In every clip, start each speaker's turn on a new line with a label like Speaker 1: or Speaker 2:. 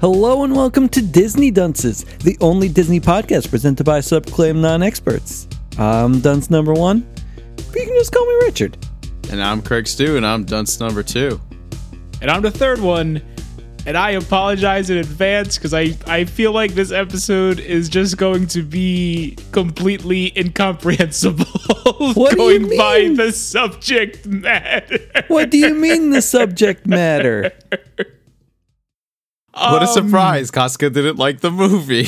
Speaker 1: Hello and welcome to Disney Dunces, the only Disney podcast presented by subclaimed non-experts. I'm Dunce number one, but you can just call me Richard.
Speaker 2: And I'm Craig Stew, and I'm dunce number two.
Speaker 3: and I'm the third one. And I apologize in advance because I, I feel like this episode is just going to be completely incomprehensible
Speaker 1: What do you
Speaker 3: going by
Speaker 1: mean?
Speaker 3: the subject matter.
Speaker 1: What do you mean the subject matter? Um,
Speaker 2: what a surprise! Casca didn't like the movie.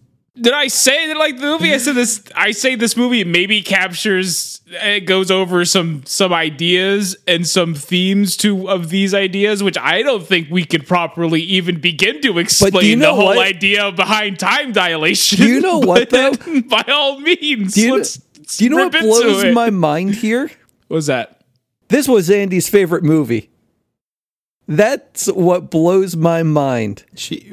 Speaker 3: Did I say that like the movie? I said this. I say this movie maybe captures. It goes over some some ideas and some themes to of these ideas, which I don't think we could properly even begin to explain
Speaker 1: know
Speaker 3: the whole
Speaker 1: what?
Speaker 3: idea behind time dilation.
Speaker 1: Do you know what,
Speaker 3: But
Speaker 1: though?
Speaker 3: By all means,
Speaker 1: Do you,
Speaker 3: let's.
Speaker 1: do you know what
Speaker 3: rip into
Speaker 1: blows
Speaker 3: it.
Speaker 1: my mind here?
Speaker 3: What's that?
Speaker 1: This was Andy's favorite movie. That's what blows my mind.
Speaker 2: she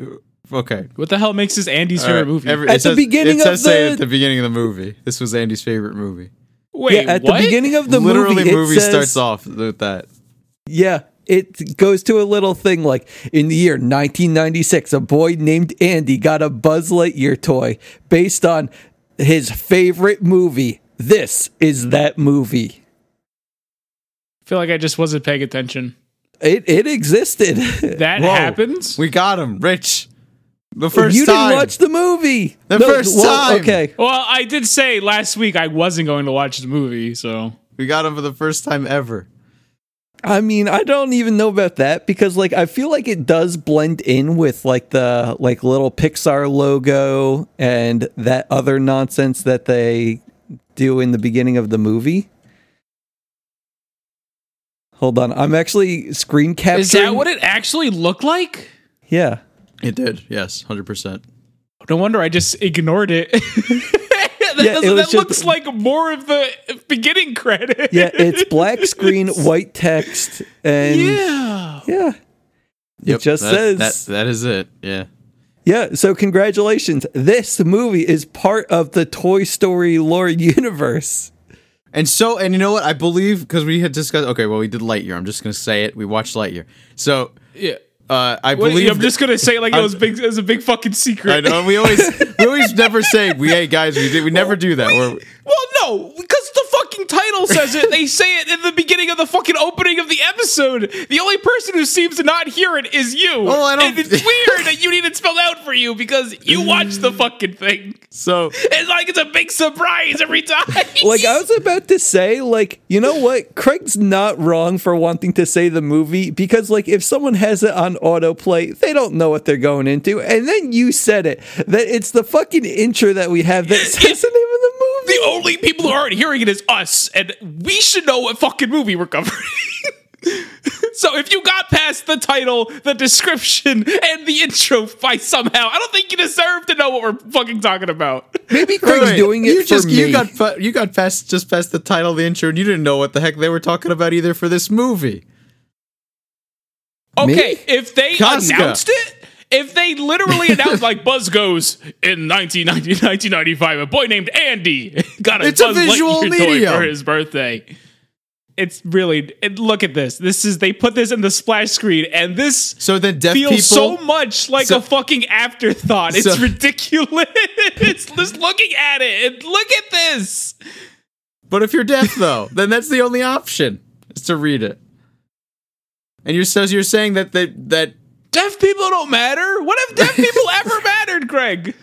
Speaker 2: okay.
Speaker 3: What the hell makes this Andy's favorite
Speaker 2: Alright,
Speaker 3: movie?
Speaker 2: every-
Speaker 1: At
Speaker 2: it
Speaker 1: the
Speaker 2: says-
Speaker 1: beginning
Speaker 2: it says
Speaker 1: of
Speaker 2: say
Speaker 1: the-
Speaker 2: at the beginning of the movie. This was Andy's favorite movie.
Speaker 3: Wait,
Speaker 1: yeah, at
Speaker 3: what?
Speaker 1: the beginning of the
Speaker 2: Literally,
Speaker 1: movie, it says-
Speaker 2: starts off with that.
Speaker 1: Yeah. It goes to a little thing like in the year 1996, a boy named Andy got a Buzz Lightyear toy based on his favorite movie. This is that movie.
Speaker 3: I feel like I just wasn't paying attention.
Speaker 1: It it existed.
Speaker 3: That
Speaker 2: Whoa.
Speaker 3: happens.
Speaker 2: We got him, Rich. The first
Speaker 1: you
Speaker 2: time.
Speaker 1: didn't watch the movie.
Speaker 2: The first time.
Speaker 1: Okay.
Speaker 3: well, I did say last week I wasn't going to watch the movie, so
Speaker 2: we got him for the first time ever.
Speaker 1: I mean, I don't even know about that because like I feel like it does blend in with like the like little Pixar logo and that other nonsense that they do in the beginning of the movie. Hold on. I'm actually screen capturing.
Speaker 3: Is that what it actually looked like?
Speaker 1: Yeah.
Speaker 2: It did. Yes, hundred percent.
Speaker 3: No wonder I just ignored it. that
Speaker 1: Yeah, it
Speaker 3: doesn't-
Speaker 1: was
Speaker 3: that
Speaker 1: just-
Speaker 3: looks like more of the beginning credit.
Speaker 1: Yeah, it's black screen, white text, and yeah.
Speaker 3: yeah.
Speaker 1: it just says
Speaker 2: that. That is it. Yeah.
Speaker 1: Yeah, so congratulations. This movie is part of the Toy Story lore universe.
Speaker 2: And so, and you know what? I believe because we had discussed. Okay, well, we did Lightyear. I'm just gonna say it. We watched Lightyear. So,
Speaker 3: Yeah.
Speaker 2: uh, I
Speaker 3: Wait,
Speaker 2: believe.
Speaker 3: I'm just gonna say it like it
Speaker 2: I'm-
Speaker 3: was big. It was a big fucking secret.
Speaker 2: I know. We always, we always never say we. Hey guys, we did. We never do that. We're,
Speaker 3: Well, no, because the fucking title says it. They say it in the beginning of the fucking opening of the episode. The only person who seems to not hear it is you.
Speaker 2: Oh, I don't-
Speaker 3: And it's weird that you need it spelled out for you because you watch the fucking thing.
Speaker 2: so
Speaker 3: It's like it's a big surprise every time.
Speaker 1: Like I was about to say, like, you know what? Craig's not wrong for wanting to say the movie because like if someone has it on autoplay, they don't know what they're going into. And then you said it. That it's the fucking intro that we have that says the name of the movie.
Speaker 3: the only people who aren't hearing it is us, and we should know what fucking movie we're covering. so if you got past the title, the description, and the intro by somehow, I don't think you deserve to know what we're fucking talking about.
Speaker 1: Maybe Craig's
Speaker 2: Wait,
Speaker 1: doing it
Speaker 2: you
Speaker 1: for
Speaker 2: just,
Speaker 1: me.
Speaker 2: You got fa- you got past just past the title, of the intro, and you didn't know what the heck they were talking about either for this movie.
Speaker 3: Okay,
Speaker 1: Me?
Speaker 3: if they
Speaker 2: Casca.
Speaker 3: announced it, if they literally announced like Buzz goes in 1990, 1995, a boy named Andy got a
Speaker 2: It's a
Speaker 3: Buzz
Speaker 2: visual
Speaker 3: Lightyear
Speaker 2: medium.
Speaker 3: toy for his birthday. It's really and look at this. This is they put this in the splash screen, and this
Speaker 2: So then deaf
Speaker 3: feels
Speaker 2: people.
Speaker 3: so much like
Speaker 2: so-
Speaker 3: a fucking afterthought. It's
Speaker 2: so-
Speaker 3: ridiculous. just looking at it, and look at this.
Speaker 2: but if you're deaf though, then that's the only option is to read it. And you're says you're saying that they, that
Speaker 3: Deaf people don't matter. What if deaf people ever mattered, Craig?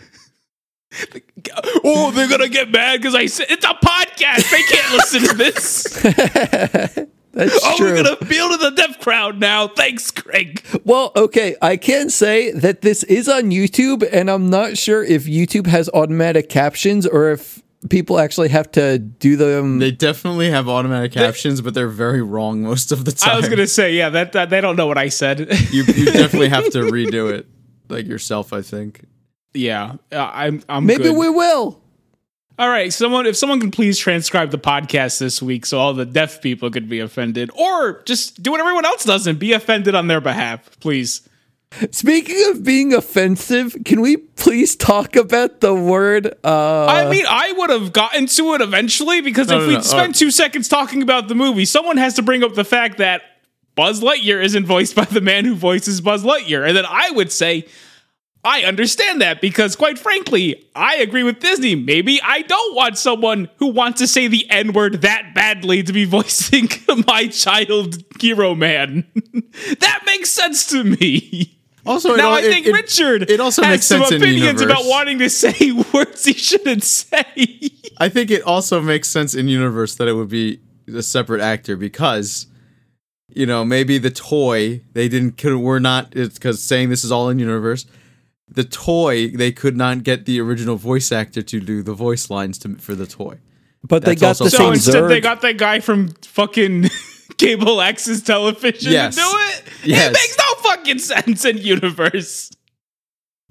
Speaker 3: Oh, they're gonna get mad because I said it's a podcast. They can't listen to this.
Speaker 1: That's
Speaker 3: Oh,
Speaker 1: true.
Speaker 3: we're gonna appeal to the deaf crowd now. Thanks, Craig.
Speaker 1: Well, okay, I can say that this is on YouTube, and I'm not sure if YouTube has automatic captions or if people actually have to do them.
Speaker 2: They definitely have automatic captions, but they're very wrong most of the time.
Speaker 3: I was gonna say, yeah, that, that they don't know what I said.
Speaker 2: you, you definitely have to redo it, like yourself. I think.
Speaker 3: yeah, uh, I'm. I'm
Speaker 1: Maybe
Speaker 3: good.
Speaker 1: we will.
Speaker 3: All right, someone. If someone can please transcribe the podcast this week, so all the deaf people could be offended, or just do what everyone else does and be offended on their behalf, please.
Speaker 1: Speaking of being offensive, can we please talk about the word? Uh,
Speaker 3: I mean, I would have gotten to it eventually because
Speaker 2: No,
Speaker 3: if
Speaker 2: no,
Speaker 3: we
Speaker 2: no,
Speaker 3: spent
Speaker 2: uh,
Speaker 3: two seconds talking about the movie, someone has to bring up the fact that Buzz Lightyear isn't voiced by the man who voices Buzz Lightyear. And then I would say, I understand that because, quite frankly, I agree with Disney. Maybe I don't want someone who wants to say the N word that badly to be voicing my child hero man. that makes sense to me.
Speaker 2: Also, it
Speaker 3: Now
Speaker 2: al-
Speaker 3: I
Speaker 2: it-
Speaker 3: think
Speaker 2: it-
Speaker 3: Richard
Speaker 2: It also
Speaker 3: has
Speaker 2: makes
Speaker 3: some
Speaker 2: sense in
Speaker 3: opinions about
Speaker 2: universe.
Speaker 3: wanting to say words he shouldn't say.
Speaker 2: I think it also makes sense in universe that it would be a separate actor because, you know, maybe the toy they didn't could were not because saying this is all in universe. The toy they could not get the original voice actor to do the voice lines to, for the toy.
Speaker 1: but they got
Speaker 2: that's
Speaker 1: the
Speaker 2: also-
Speaker 3: So
Speaker 1: same
Speaker 3: instead,
Speaker 1: Zurg.
Speaker 3: they got that guy from fucking cable access television
Speaker 2: Yes.
Speaker 3: to do it.
Speaker 2: Yes.
Speaker 3: It makes no fucking sense in universe.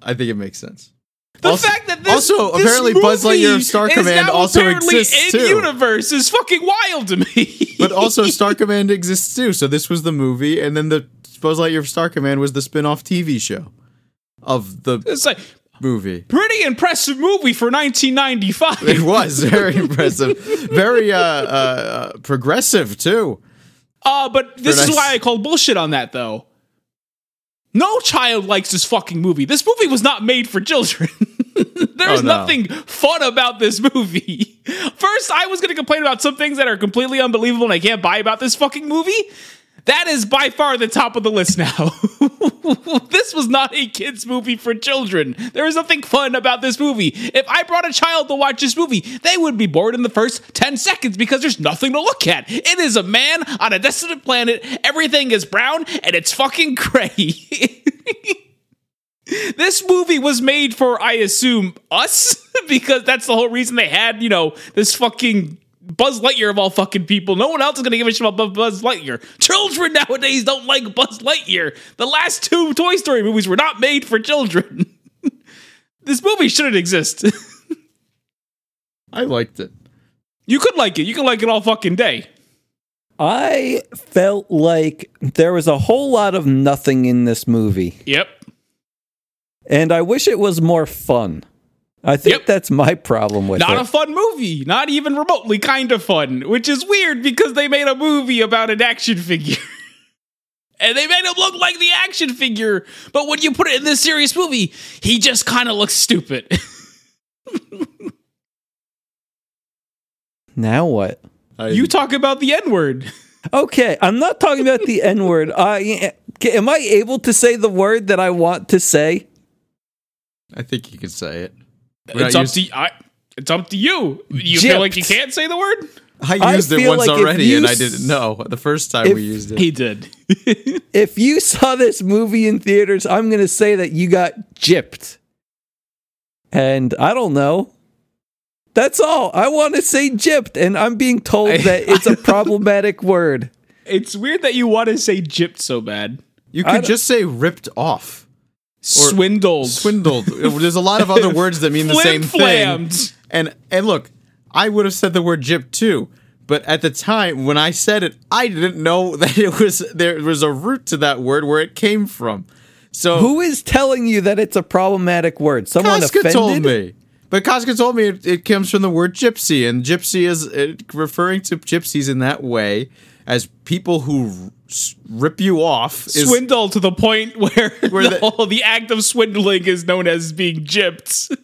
Speaker 2: I think it makes sense.
Speaker 3: The
Speaker 2: Also-
Speaker 3: fact that this
Speaker 2: also,
Speaker 3: this
Speaker 2: apparently Buzz
Speaker 3: movie
Speaker 2: Lightyear of Star
Speaker 3: is
Speaker 2: Command
Speaker 3: now
Speaker 2: also
Speaker 3: apparently
Speaker 2: exists,
Speaker 3: in
Speaker 2: too.
Speaker 3: universe is fucking wild to me.
Speaker 2: But also, Star Command exists too. So this was the movie, and then the Buzz Lightyear of Star Command was the spin-off TV show of the
Speaker 3: it's like
Speaker 2: movie.
Speaker 3: pretty impressive movie for 1995.
Speaker 2: It was very impressive, very uh, uh, uh, progressive too.
Speaker 3: Uh, but this
Speaker 2: Very
Speaker 3: is
Speaker 2: nice.
Speaker 3: why I called bullshit on that, though. No child likes this fucking movie. This movie was not made for children. there is
Speaker 2: no.
Speaker 3: nothing fun about this movie. First, I was going to complain about some things that are completely unbelievable and I can't buy about this fucking movie. That is by far the top of the list now. this was not a kids' movie for children. There is nothing fun about this movie. If I brought a child to watch this movie, they would be bored in the first 10 seconds because there's nothing to look at. It is a man on a desolate planet. Everything is brown and it's fucking gray. this movie was made for, I assume, us because that's the whole reason they had, you know, this fucking Buzz Lightyear of all fucking people. No one else is gonna give a shit about Bu- Buzz Lightyear. Children nowadays don't like Buzz Lightyear. The last two Toy Story movies were not made for children. this movie shouldn't exist.
Speaker 2: I liked it.
Speaker 3: you could like it. You can like it all fucking day.
Speaker 1: I felt like there was a whole lot of nothing in this movie,
Speaker 3: Yep.
Speaker 1: and I wish it was more fun. I think
Speaker 3: Yep.
Speaker 1: that's my problem with
Speaker 3: Not
Speaker 1: it.
Speaker 3: a fun movie. Not even remotely kind of fun, which is weird because they made a movie about an action figure. and they made him look like the action figure. But when you put it in this serious movie, he just kind of looks stupid.
Speaker 1: now what?
Speaker 2: I,
Speaker 3: you talk about the N word.
Speaker 1: Okay, I'm not talking about the N word. I eh, am I able to say the word that I want to say?
Speaker 2: I think you can say it. We're not
Speaker 3: It's up
Speaker 2: used-
Speaker 3: to I, It's up to you. You
Speaker 1: Gypped.
Speaker 3: feel like you can't say the word?
Speaker 2: I
Speaker 1: I
Speaker 2: used it
Speaker 1: feel
Speaker 2: once
Speaker 1: like if
Speaker 2: already,
Speaker 1: you
Speaker 2: and I
Speaker 1: s-
Speaker 2: didn't know the first time we
Speaker 1: If-
Speaker 2: used it.
Speaker 3: He did.
Speaker 1: If you saw this movie in theaters, I'm going to say that you got gypped. And I don't know. That's all. I want to say gypped, and I'm being told that it's a problematic word.
Speaker 3: it's weird that you want to say gypped so bad.
Speaker 2: You
Speaker 1: I
Speaker 2: could
Speaker 1: don't-
Speaker 2: just say ripped off,
Speaker 3: Swindled.
Speaker 2: swindled. There's a lot of other words that mean the same thing.
Speaker 3: Flim-flammed.
Speaker 2: And and look, I would have said the word gypped too. But at the time when I said it, I didn't know that it was there was a root to that word where it came from. So
Speaker 1: Who is telling you that it's a problematic word? Someone
Speaker 2: Koska
Speaker 1: offended?
Speaker 2: told me. But Koska told me it, it comes from the word gypsy, and gypsy is it, referring to gypsies in that way as people who s- rip you off. Is,
Speaker 3: swindle to the point where,
Speaker 2: Where
Speaker 3: the,
Speaker 2: the-
Speaker 3: whole, the act of swindling is known as being gypped.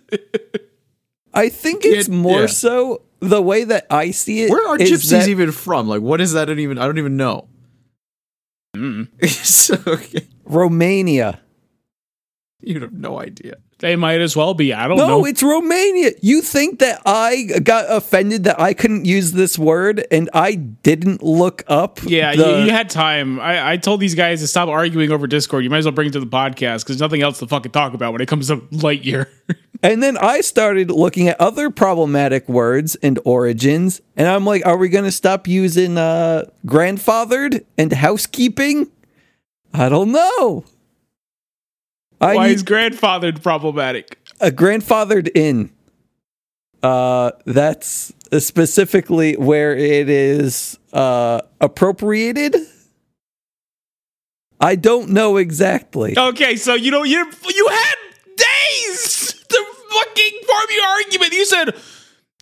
Speaker 1: I think it's
Speaker 2: It-
Speaker 1: more
Speaker 2: yeah.
Speaker 1: so the way that I see it.
Speaker 2: where are
Speaker 1: is
Speaker 2: gypsies
Speaker 1: that-
Speaker 2: even from? Like, what is that? I don't even. I don't even know.
Speaker 1: Mm.
Speaker 2: so, okay.
Speaker 1: Romania.
Speaker 2: You'd have no idea.
Speaker 3: They might as well be. I don't
Speaker 1: No,
Speaker 3: know.
Speaker 1: it's Romania. You think that I got offended that I couldn't use this word and I didn't look up?
Speaker 3: yeah,
Speaker 1: the-
Speaker 3: you, you had time. I, I told these guys to stop arguing over Discord. You might as well bring it to the podcast because nothing else to fucking talk about when it comes to Lightyear.
Speaker 1: and then I started looking at other problematic words and origins, and I'm like, are we going to stop using uh, grandfathered and housekeeping? I don't know. I
Speaker 3: Why
Speaker 1: need
Speaker 3: is grandfathered problematic?
Speaker 1: a grandfathered in. Uh, that's specifically where it is uh, appropriated. I don't know exactly.
Speaker 3: Okay, so you know you you had days to fucking form your argument. You said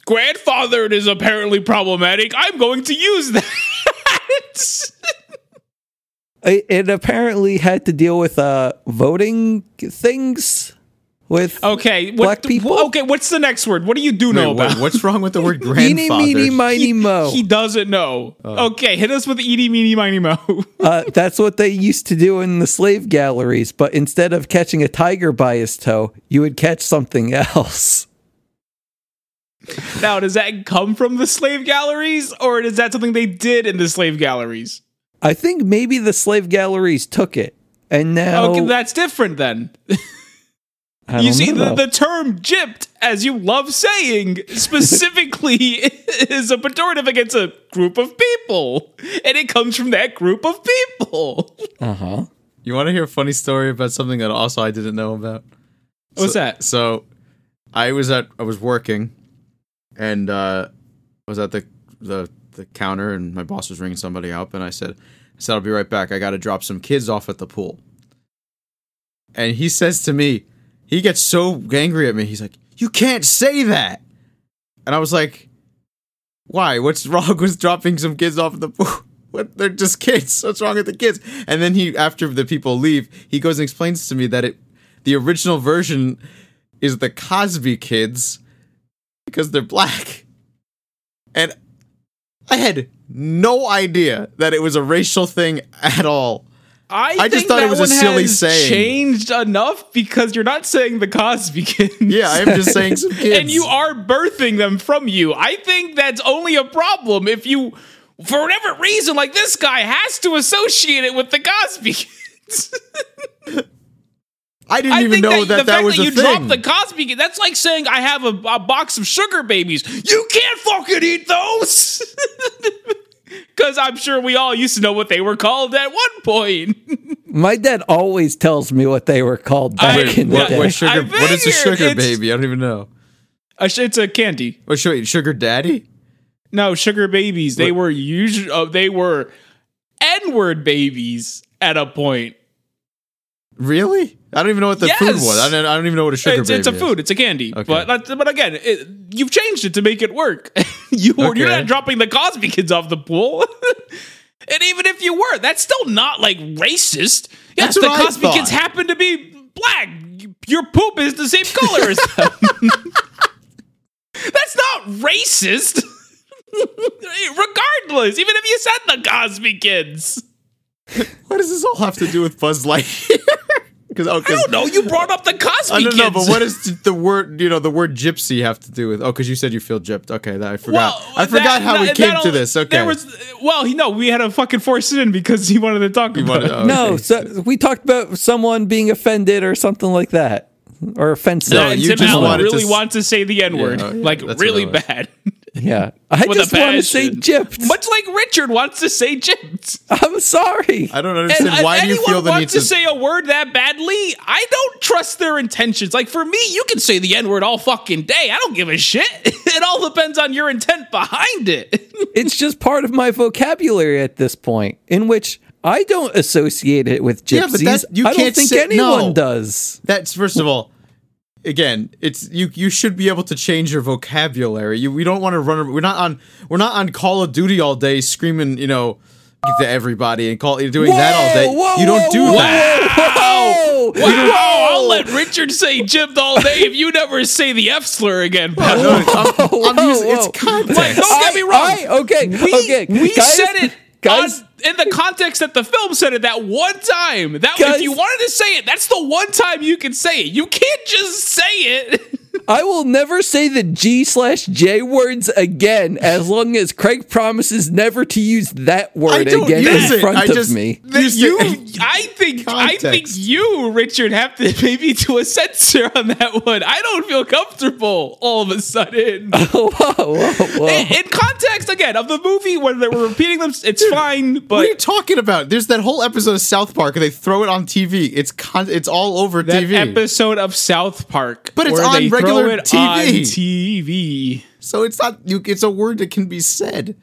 Speaker 3: grandfathered is apparently problematic. I'm going to use that.
Speaker 1: It, it apparently had to deal with uh, voting things. With
Speaker 3: okay, what
Speaker 1: Black
Speaker 3: the-
Speaker 1: people?
Speaker 3: Okay, what's the next word? What do you do know
Speaker 2: Wait, what-
Speaker 3: about?
Speaker 2: what's wrong with the word
Speaker 1: eeny meeny
Speaker 2: grandfather?
Speaker 1: miny mo.
Speaker 3: He doesn't know.
Speaker 2: Oh.
Speaker 3: Okay, hit us with Edie Meeny Miny Mo.
Speaker 1: Uh, that's what they used to do in the slave galleries, but instead of catching a tiger by his toe, you would catch something else.
Speaker 3: now, does that come from the slave galleries, or is that something they did in the slave galleries?
Speaker 1: I think maybe the slave galleries took it, and now
Speaker 3: Okay, that's different then.
Speaker 1: I
Speaker 3: You
Speaker 1: don't
Speaker 3: see, the,
Speaker 1: know.
Speaker 3: the term gypped, as you love saying, specifically is a pejorative against a group of people. And it comes from that group of people.
Speaker 1: Uh-huh.
Speaker 2: You want to hear a funny story about something that also I didn't know about?
Speaker 3: What's that?
Speaker 2: So I was at I was working and uh I was at the the the counter and my boss was ringing somebody up and I said I said I'll be right back. I got to drop some kids off at the pool. And he says to me, he gets so angry at me. He's like, "You can't say that." And I was like, "Why? What's wrong with dropping some kids off at the pool?" What? They're just kids. What's wrong with the kids? And then he, after the people leave, he goes and explains to me that it, the original version is the Cosby kids because they're black. And I had no idea that it was a racial thing at all. I just
Speaker 3: think
Speaker 2: thought it
Speaker 3: that
Speaker 2: was a
Speaker 3: one
Speaker 2: silly
Speaker 3: has
Speaker 2: saying.
Speaker 3: Changed enough because you're not saying the Cosby kids.
Speaker 2: Yeah, I'm just saying some kids.
Speaker 3: and you are birthing them from you. I think that's only a problem if you, for whatever reason, like this guy has to associate it with the Cosby kids.
Speaker 2: I didn't even know that that,
Speaker 3: the fact
Speaker 2: was
Speaker 3: that
Speaker 2: a
Speaker 3: you
Speaker 2: thing.
Speaker 3: dropped the Cosby kid, that's like saying I have a, a box of sugar babies. You can't fucking eat those. Because I'm sure we all used to know what they were called at one point.
Speaker 1: My dad always tells me what they were called back
Speaker 3: Wait,
Speaker 1: in the
Speaker 2: what,
Speaker 1: day.
Speaker 2: what sugar,
Speaker 3: I
Speaker 2: what is a
Speaker 3: figured
Speaker 2: sugar
Speaker 3: it's-
Speaker 2: baby? I don't even know.
Speaker 3: Uh, sh- It's a candy.
Speaker 2: What should sugar daddy?
Speaker 3: No, sugar babies. They were usually uh, they were N-word babies at a point.
Speaker 2: Really? I don't even know what the
Speaker 3: Yes.
Speaker 2: food was. I don't, I don't even know what a sugar
Speaker 3: it's,
Speaker 2: baby
Speaker 3: it's a
Speaker 2: is.
Speaker 3: food. It's a candy.
Speaker 2: Okay.
Speaker 3: But that's- but again, it, you've changed it to make it work. you you're
Speaker 2: Okay.
Speaker 3: not dropping the Cosby kids off the pool. and even if you were, that's still not like racist. Yes,
Speaker 2: That's what
Speaker 3: the
Speaker 2: I
Speaker 3: Cosby kids
Speaker 2: thought.
Speaker 3: happen to be black. Your poop is the same color as them. that's not racist. Regardless, even if you said the Cosby kids.
Speaker 2: What does this all have to do with Buzz Lightyear? Because oh,
Speaker 3: I don't know. You brought up the Cosby
Speaker 2: I don't
Speaker 3: kids.
Speaker 2: know, but what does the word you know the word gypsy have to do with? Oh, because you said you feel gypped. Okay, that, I forgot. I
Speaker 3: that-
Speaker 2: forgot how we
Speaker 3: that-
Speaker 2: came to
Speaker 3: that'll-
Speaker 2: this. Okay,
Speaker 3: There was well, he no, we had to fucking force it in because he wanted to talk
Speaker 2: You
Speaker 3: about
Speaker 2: wanted-
Speaker 3: it.
Speaker 2: oh,
Speaker 1: No,
Speaker 2: okay.
Speaker 1: so we talked about someone being offended or something like that, or offensive.
Speaker 2: No,
Speaker 3: And
Speaker 2: you
Speaker 3: Tim
Speaker 2: just
Speaker 3: Allen
Speaker 2: wanted to
Speaker 3: really
Speaker 2: s-
Speaker 3: wants to say the N word,
Speaker 2: Yeah, oh, yeah,
Speaker 3: like
Speaker 2: that's what
Speaker 3: really
Speaker 2: it was.
Speaker 3: bad.
Speaker 1: yeah, I
Speaker 3: With
Speaker 1: just
Speaker 3: a
Speaker 1: want to
Speaker 3: passion.
Speaker 1: say gypped.
Speaker 3: Much like Richard wants to say gypped.
Speaker 1: I'm sorry.
Speaker 2: I don't
Speaker 3: And
Speaker 2: understand
Speaker 3: if
Speaker 2: why do you
Speaker 3: anyone
Speaker 2: feel the need
Speaker 3: wants
Speaker 2: to.
Speaker 3: to say a word that badly, I don't trust their intentions. Like for me, you can say the N word all fucking day. I don't give a shit. It all depends on your intent behind it.
Speaker 1: It's just part of my vocabulary at this point, in which I don't associate it with gypsies.
Speaker 2: Yeah, but that- you
Speaker 1: I don't
Speaker 2: can't
Speaker 1: think
Speaker 2: say-
Speaker 1: anyone
Speaker 2: no.
Speaker 1: does.
Speaker 2: that's first of all. Again, it's you. You should be able to change your vocabulary. You, we don't want to run. We're not on. We're not on Call of Duty all day screaming. You know, to everybody and call doing that all day. you don't do
Speaker 1: whoa,
Speaker 2: that. Oh,
Speaker 1: Whoa, whoa, whoa.
Speaker 3: Wow, I'll let Richard say gypped all day if you never say the F slur again, pal.
Speaker 2: No, I'm- I'm
Speaker 1: Whoa,
Speaker 2: using-
Speaker 1: whoa.
Speaker 2: it's context.
Speaker 3: Don't get me wrong.
Speaker 1: I- okay,
Speaker 3: We,
Speaker 1: okay.
Speaker 3: we
Speaker 1: guys,
Speaker 3: said it
Speaker 1: guys.
Speaker 3: on in the context that the film said it that one time. That if
Speaker 1: Guys-
Speaker 3: you wanted to say it, that's the one time you can say it. You can't just say it.
Speaker 1: I will never say the G slash J words again as long as Craig promises never to use that
Speaker 2: I
Speaker 1: word
Speaker 2: don't
Speaker 1: again
Speaker 2: use
Speaker 1: in
Speaker 2: it.
Speaker 1: front
Speaker 2: I
Speaker 1: of
Speaker 2: just
Speaker 1: me.
Speaker 2: use
Speaker 3: you,
Speaker 2: the-
Speaker 3: I think, I think
Speaker 2: Context.
Speaker 3: you, Richard, have to maybe do a censor on that one. I don't feel comfortable all of a sudden.
Speaker 2: Oh.
Speaker 1: Whoa, whoa, whoa.
Speaker 3: in, in context again of the movie when they were repeating them, it's fine.
Speaker 2: What are you
Speaker 3: But
Speaker 2: talking about? There's that whole episode of South Park, and they throw it on TV. It's con- it's all over
Speaker 3: that
Speaker 2: TV.
Speaker 3: episode of South Park,
Speaker 2: But it's
Speaker 3: where
Speaker 2: on
Speaker 3: they
Speaker 2: regular
Speaker 3: throw it
Speaker 2: TV.
Speaker 3: on TV.
Speaker 2: so it's not. You, it's a word that can be said.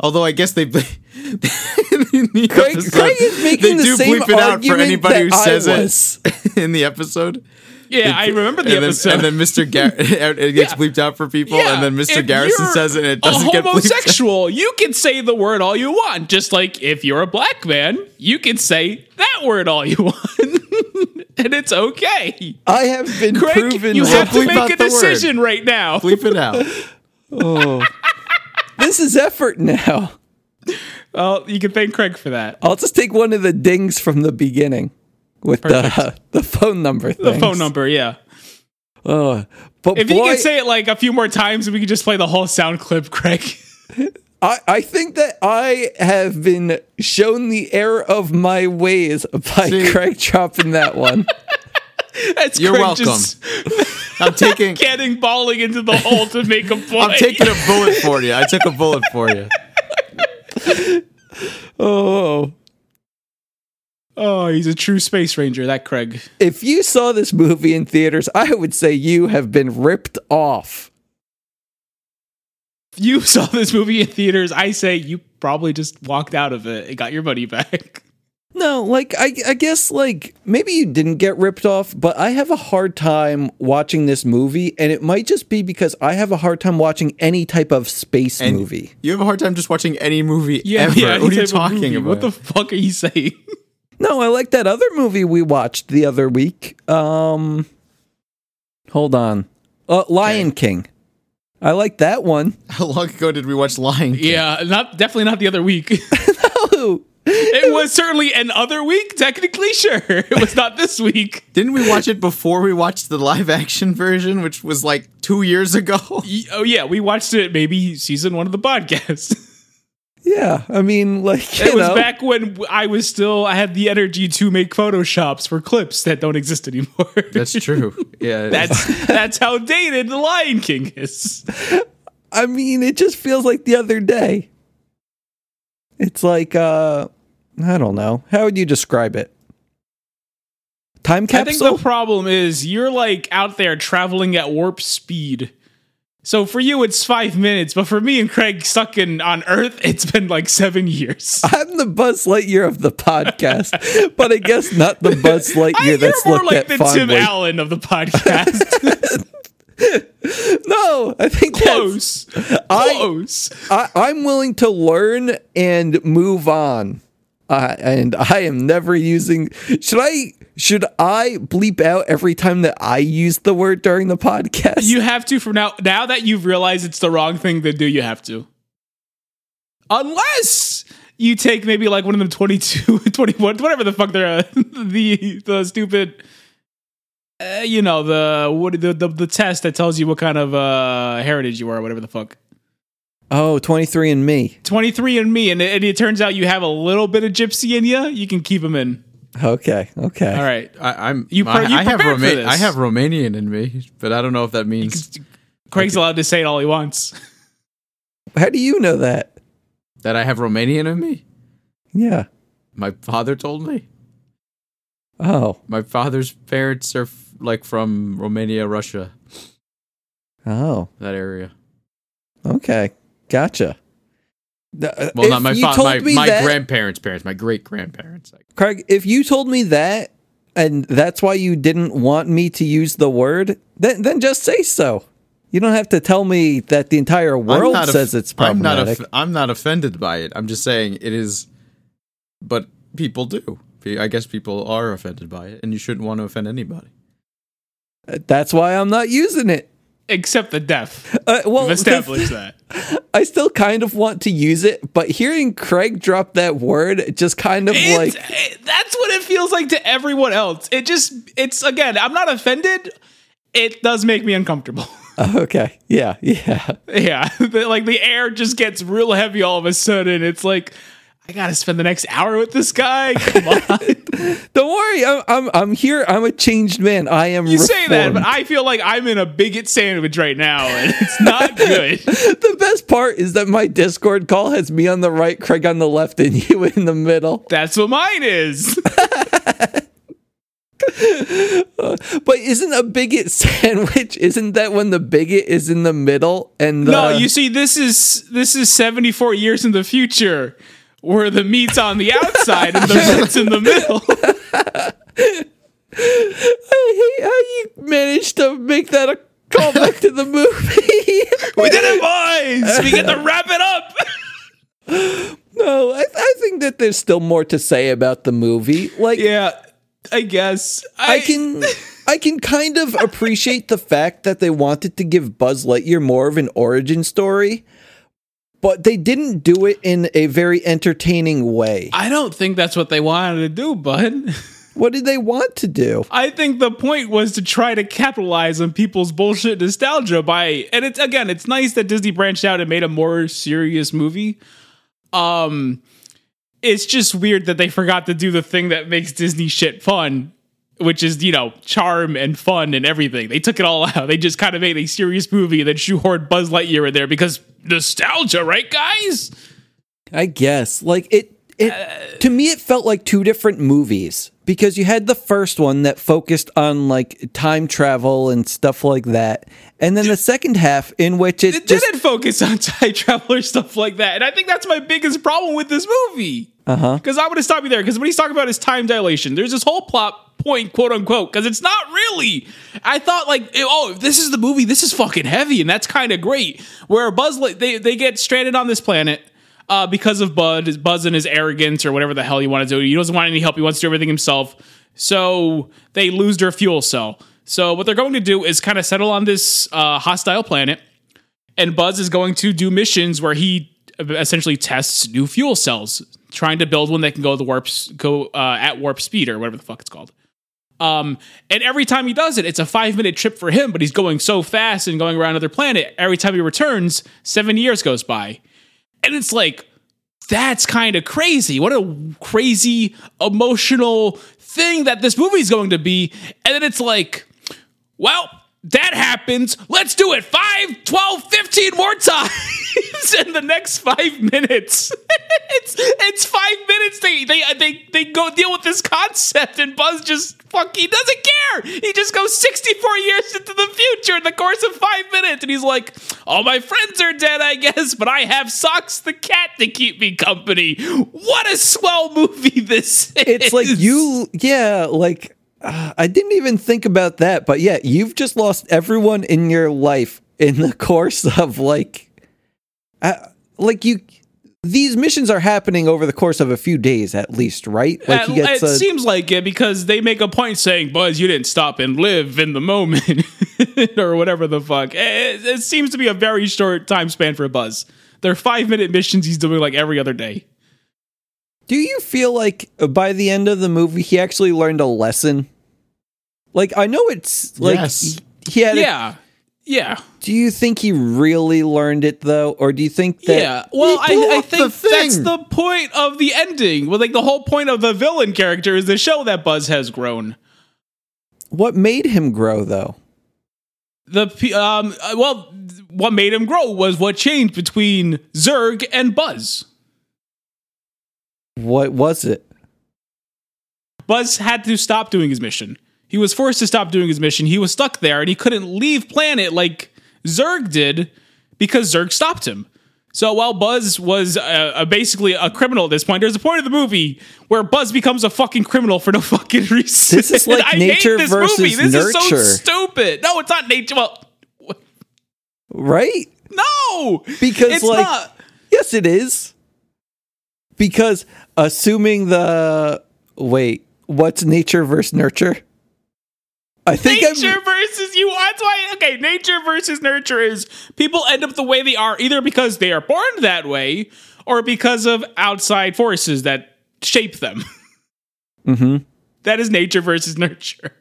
Speaker 2: Although I guess they. in the
Speaker 1: Craig,
Speaker 2: episode,
Speaker 1: Craig is making
Speaker 2: they
Speaker 1: the
Speaker 2: do
Speaker 1: same
Speaker 2: bleep it out for
Speaker 1: argument
Speaker 2: anybody who
Speaker 1: that
Speaker 2: says
Speaker 1: I was.
Speaker 2: it in the episode.
Speaker 3: Yeah, I remember the
Speaker 2: and
Speaker 3: episode.
Speaker 2: Then, and then Mr. Garrett it gets
Speaker 3: Yeah.
Speaker 2: bleeped out for people,
Speaker 3: Yeah,
Speaker 2: and then Mr.
Speaker 3: if
Speaker 2: Garrison
Speaker 3: you're
Speaker 2: says it, and it
Speaker 3: a
Speaker 2: doesn't get bleeped. out.
Speaker 3: homosexual. you can say the word all you want, just like if you're a black man, you can say that word all you want, and it's okay.
Speaker 1: I have been
Speaker 3: Craig,
Speaker 1: proven
Speaker 3: you
Speaker 1: wrong.
Speaker 3: have
Speaker 2: bleep
Speaker 3: to make
Speaker 2: out
Speaker 3: a
Speaker 2: the word.
Speaker 3: decision right now.
Speaker 2: Bleep it out.
Speaker 1: this is effort now.
Speaker 3: Well, you can thank Craig for that.
Speaker 1: I'll just take one of the dings from the beginning with the the phone number thing.
Speaker 3: The phone number, yeah.
Speaker 1: Oh, but
Speaker 3: If
Speaker 1: boy,
Speaker 3: you could say it like a few more times, we could just play the whole sound clip, Craig.
Speaker 1: I, I think that I have been shown the error of my ways by
Speaker 2: See-
Speaker 1: Craig dropping that one.
Speaker 3: That's
Speaker 2: You're
Speaker 3: Craig
Speaker 2: welcome.
Speaker 3: just
Speaker 2: I'm taking.
Speaker 3: cannonballing into the hole to make a point.
Speaker 2: I'm taking a bullet for you. I took a bullet for you.
Speaker 1: Oh,
Speaker 3: Oh, he's a true space ranger, that Craig.
Speaker 1: if you saw this movie in theaters, I would say you have been ripped off.
Speaker 3: If you saw this movie in theaters, I say you probably just walked out of it and got your money back.
Speaker 1: No, like I, I guess like maybe you didn't get ripped off, but I have a hard time watching this movie, and it might just be because I have a hard time watching any type of space
Speaker 2: And
Speaker 1: movie.
Speaker 2: You have a hard time just watching any movie ever. what are
Speaker 3: type
Speaker 2: you
Speaker 3: of
Speaker 2: talking
Speaker 3: movie.
Speaker 2: about?
Speaker 3: What the fuck are you saying?
Speaker 1: No, I like that other movie we watched the other week. Um, hold on, uh, Lion King. I like that one.
Speaker 2: How long ago did we watch Lion King?
Speaker 3: Yeah, not definitely not the other week. It was certainly an other week, technically, sure. It was not this week.
Speaker 2: Didn't we watch it before we watched the live action version, which was like two years ago?
Speaker 3: Y- Oh yeah, we watched it maybe season one of the podcast.
Speaker 1: Yeah, I mean, like you
Speaker 3: It was
Speaker 1: know,
Speaker 3: back when I was still I had the energy to make photoshops for clips that don't exist anymore.
Speaker 2: That's true. Yeah.
Speaker 3: that's that's how dated the Lion King is.
Speaker 1: I mean, it just feels like the other day. It's like uh I don't know. How would you describe it? Time
Speaker 3: I think
Speaker 1: capsule?
Speaker 3: the problem is you're like out there traveling at warp speed. So for you it's five minutes, but for me and Craig stuck in on Earth, it's been like seven years.
Speaker 1: I'm the Buzz Lightyear of the podcast, but I guess not the Buzz
Speaker 3: I,
Speaker 1: Lightyear
Speaker 3: you're
Speaker 1: that's
Speaker 3: more
Speaker 1: looked
Speaker 3: like
Speaker 1: at
Speaker 3: the Tim
Speaker 1: fondly.
Speaker 3: Allen of the podcast.
Speaker 1: No, I think that's,
Speaker 3: Close.
Speaker 1: I-
Speaker 3: Close.
Speaker 1: I, I'm willing to learn and move on, uh, and I am never using. Should I? Should I bleep out every time that I use the word during the podcast?
Speaker 3: You have to from now now that you've realized it's the wrong thing to do, you have to. Unless you take maybe like one of them 22, 21, whatever the fuck they're uh, the the stupid uh, you know, the what the, the the test that tells you what kind of uh heritage you are or whatever the fuck.
Speaker 1: oh, 23 and me.
Speaker 3: 23 and me and it, and it turns out you have a little bit of gypsy in you, you can keep them in.
Speaker 1: Okay, okay.
Speaker 3: All right.
Speaker 2: I, I'm.
Speaker 3: You pre-
Speaker 2: I,
Speaker 3: you
Speaker 2: I have
Speaker 3: prepared for
Speaker 2: Roma-
Speaker 3: this.
Speaker 2: I have Romanian in me, but I don't know if that means
Speaker 3: Craig's allowed to say it all he wants.
Speaker 1: How do you know that?
Speaker 2: that I have Romanian in me.
Speaker 1: Yeah.
Speaker 2: My father told me.
Speaker 1: Oh.
Speaker 2: My father's parents are f- like from Romania, Russia,
Speaker 1: Oh.
Speaker 2: that area.
Speaker 1: Okay. Gotcha. Th-
Speaker 2: Well,
Speaker 1: if
Speaker 2: not my
Speaker 1: you
Speaker 2: father,
Speaker 1: told
Speaker 2: my,
Speaker 1: me
Speaker 2: my
Speaker 1: that-
Speaker 2: grandparents' parents, my great grandparents.
Speaker 1: Craig, if you told me that, and that's why you didn't want me to use the word, then then just say so. You don't have to tell me that the entire world
Speaker 2: not
Speaker 1: says
Speaker 2: off-
Speaker 1: it's
Speaker 2: I'm not,
Speaker 1: problematic.
Speaker 2: off- I'm not offended by it. I'm just saying it is, but people do. Pe- I guess people are
Speaker 1: Uh,
Speaker 2: offended by it, and you shouldn't want to offend anybody.
Speaker 1: that's why I'm not using it.
Speaker 3: except the deaf.
Speaker 1: Uh, well,
Speaker 3: We've established that.
Speaker 1: I still kind of want to use it, but hearing Craig drop that word just kind of
Speaker 3: It's-
Speaker 1: like
Speaker 3: it- that's what it feels like to everyone else. It just it's again, I'm not offended. It does make me uncomfortable.
Speaker 1: okay, yeah, yeah.
Speaker 3: yeah, the- like the air just gets real heavy all of a sudden. It's like I gotta spend the next hour with this guy. Come on.
Speaker 1: Don't worry, I'm I'm, I'm here. I'm a changed man. I am.
Speaker 3: you say that, but
Speaker 1: reformed.
Speaker 3: I feel like I'm in a bigot sandwich right now, and it's not good.
Speaker 1: the best part is that my Discord call has me on the right, Craig on the left, and you in the middle.
Speaker 3: That's what mine is.
Speaker 1: Uh, But isn't a bigot sandwich? Isn't that when the bigot is in the middle and uh, the,
Speaker 3: No, you see, this is this is 74 years in the future, where the meat's on the outside and the meat's in the middle.
Speaker 1: I hate how uh, you managed to make that a callback to the movie.
Speaker 3: We did it, boys. We get to wrap it up.
Speaker 1: No, I, I think that there's still more to say about the movie. Like,
Speaker 3: Yeah, I guess I,
Speaker 1: I can, I can kind of appreciate the fact that they wanted to give Buzz Lightyear more of an origin story, but they didn't do it in a very entertaining way.
Speaker 3: I don't think that's what they wanted to do, bud.
Speaker 1: What did they want to do?
Speaker 3: I think the point was to try to capitalize on people's bullshit nostalgia by, and it's again, it's nice that Disney branched out and made a more serious movie. Um, it's just weird that they forgot to do the thing that makes Disney shit fun, which is you know charm and fun and everything. They took it all out. They just kind of made a serious movie and then shoehorned Buzz Lightyear in there because nostalgia, right, guys?
Speaker 1: I guess like it it to me it felt like two different movies because you had the first one that focused on like time travel and stuff like that and then the second half in which it,
Speaker 3: It
Speaker 1: just
Speaker 3: didn't focus on time traveler stuff like that. And I think that's my biggest problem with this movie. Because I'm going to stop you there. Because what he's talking about is time dilation. There's this whole plot point, quote unquote, because it's not really. I thought, like, oh, if this is the movie, this is fucking heavy, and that's kind of great. Where Buzz, Light- they, they get stranded on this planet. Uh, because of Bud, Buzz and his arrogance, or whatever the hell he wanted to do, he doesn't want any help. He wants to do everything himself. So they lose their fuel cell. So what they're going to do is kind of settle on this uh, hostile planet, and Buzz is going to do missions where he essentially tests new fuel cells, trying to build one that can go the warps go uh, at warp speed or whatever the fuck it's called. Um, and every time he does it, it's a five minute trip for him, but he's going so fast and going around another planet. Every time he returns, seven years goes by, and it's like that's kind of crazy. What a crazy emotional thing that this movie's going to be. And then it's like, well, that happens. Let's do it 5, 12, 15 more times in the next five minutes. it's it's five minutes. They, they uh, they they go deal with this concept, and Buzz just fuck. He doesn't care. He just goes 64 years into the future in the course of five minutes, and he's like, "All my friends are dead, I guess, but I have Socks the cat to keep me company." What a swell movie this is.
Speaker 1: it's like you yeah like uh, I didn't even think about that but yeah you've just lost everyone in your life in the course of like uh, like you these missions are happening over the course of a few days at least right like
Speaker 3: Uh, it seems like it because they make a point saying, "Buzz, you didn't stop and live in the moment," or whatever the fuck. It, it seems to be a very short time span for Buzz. They're five minute missions he's doing like every other day.
Speaker 1: Do you feel like uh, by the end of the movie he actually learned a lesson? Like I know it's like
Speaker 2: Yes.
Speaker 1: he- he had a-
Speaker 3: Yeah, yeah,
Speaker 1: do you think he really learned it though or do you think that
Speaker 3: yeah. Well,
Speaker 2: blew
Speaker 3: I, I
Speaker 2: up the
Speaker 3: think that's
Speaker 2: thing.
Speaker 3: the point of the ending. Well, like the whole point of the villain character is to show that Buzz has grown.
Speaker 1: what made him grow though?
Speaker 3: the p- um uh, well what made him grow was what changed between Zerg and Buzz.
Speaker 1: What was it?
Speaker 3: Buzz had to stop doing his mission. He was forced to stop doing his mission. He was stuck there and he couldn't leave planet like Zerg did because Zerg stopped him. So while Buzz was uh, uh, basically a criminal at this point, there's a point of the movie where Buzz becomes a fucking criminal for no fucking reason.
Speaker 1: This is like
Speaker 3: I
Speaker 1: nature
Speaker 3: hate this
Speaker 1: versus
Speaker 3: movie. This is so
Speaker 1: nurture.
Speaker 3: stupid. No, it's not nature. Well,
Speaker 1: Right?
Speaker 3: no,
Speaker 1: Because,
Speaker 3: it's
Speaker 1: like-
Speaker 3: not.
Speaker 1: Yes it is. Because assuming the wait, what's nature versus nurture? I think I'm-
Speaker 3: nature versus you. That's why. Okay, nature versus nurture is people end up the way they are either because they are born that way or because of outside forces that shape them.
Speaker 1: Mhm.
Speaker 3: That is nature versus nurture.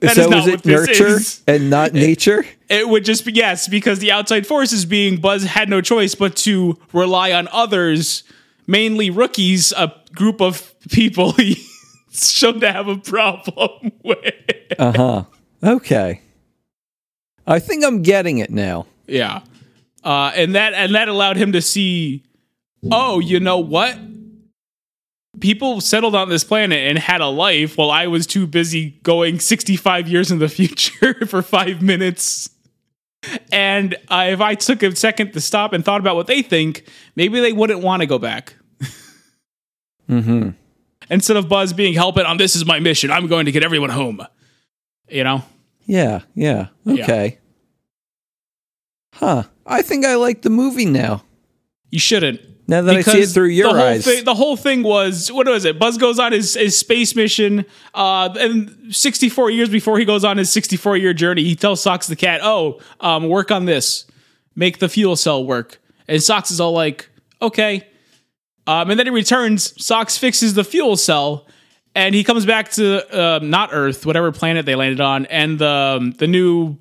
Speaker 3: That is
Speaker 1: so
Speaker 3: not
Speaker 1: is it
Speaker 3: what this
Speaker 1: nurture
Speaker 3: is.
Speaker 1: and not nature?
Speaker 3: It would just be yes, because the outside forces being Buzz had no choice but to rely on others, mainly rookies, a group of people he shown to have a problem with.
Speaker 1: Uh huh. Okay. I think I'm getting it now.
Speaker 3: Yeah. Uh, and that and that allowed him to see, oh, you know what? People settled on this planet and had a life while I was too busy going 65 years in the future for five minutes. And uh, if I took a second to stop and thought about what they think, maybe they wouldn't want to go back.
Speaker 1: Mm-hmm.
Speaker 3: Instead of Buzz being hell bent on this is my mission, I'm going to get everyone home. You know?
Speaker 1: Yeah. Yeah. Okay. Huh. I think I like the movie now.
Speaker 3: You shouldn't.
Speaker 1: Now that I see it
Speaker 3: Because
Speaker 1: through your
Speaker 3: the whole
Speaker 1: eyes.
Speaker 3: Thing, the whole thing was what was it? Buzz goes on his, his space mission, uh, and 64 years before he goes on his 64 year journey, he tells Socks the cat, "Oh, um, work on this, make the fuel cell work." And Socks is all like, "Okay," um, and then he returns. Socks fixes the fuel cell, and he comes back to um, not Earth, whatever planet they landed on, and the um, the new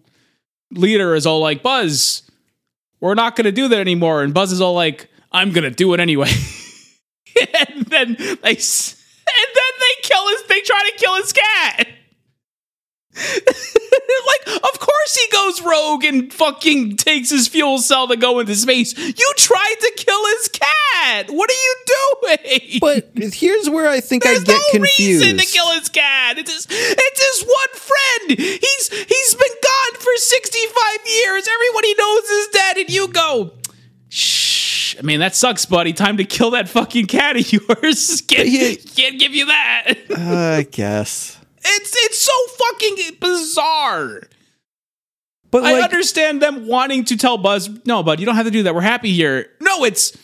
Speaker 3: leader is all like, "Buzz, we're not going to do that anymore. And Buzz is all like, I'm going to do it anyway. and then they s- and then they kill his they try to kill his cat. like, of course he goes rogue and fucking takes his fuel cell to go into space. You tried to kill his cat. What are you doing?
Speaker 1: but here's where I think
Speaker 3: There's
Speaker 1: I get
Speaker 3: no
Speaker 1: confused.
Speaker 3: reason to kill his cat. It's his, it's his one friend. He's he's been gone for sixty five years. Everyone he knows is dead, and you go. Shh. I mean, that sucks, buddy. Time to kill that fucking cat of yours.
Speaker 1: Yeah.
Speaker 3: Can't, can't give you that.
Speaker 1: I guess.
Speaker 3: It's it's so fucking bizarre.
Speaker 1: But
Speaker 3: I
Speaker 1: like,
Speaker 3: understand them wanting to tell Buzz, no, bud, you don't have to do that. We're happy here. No, it's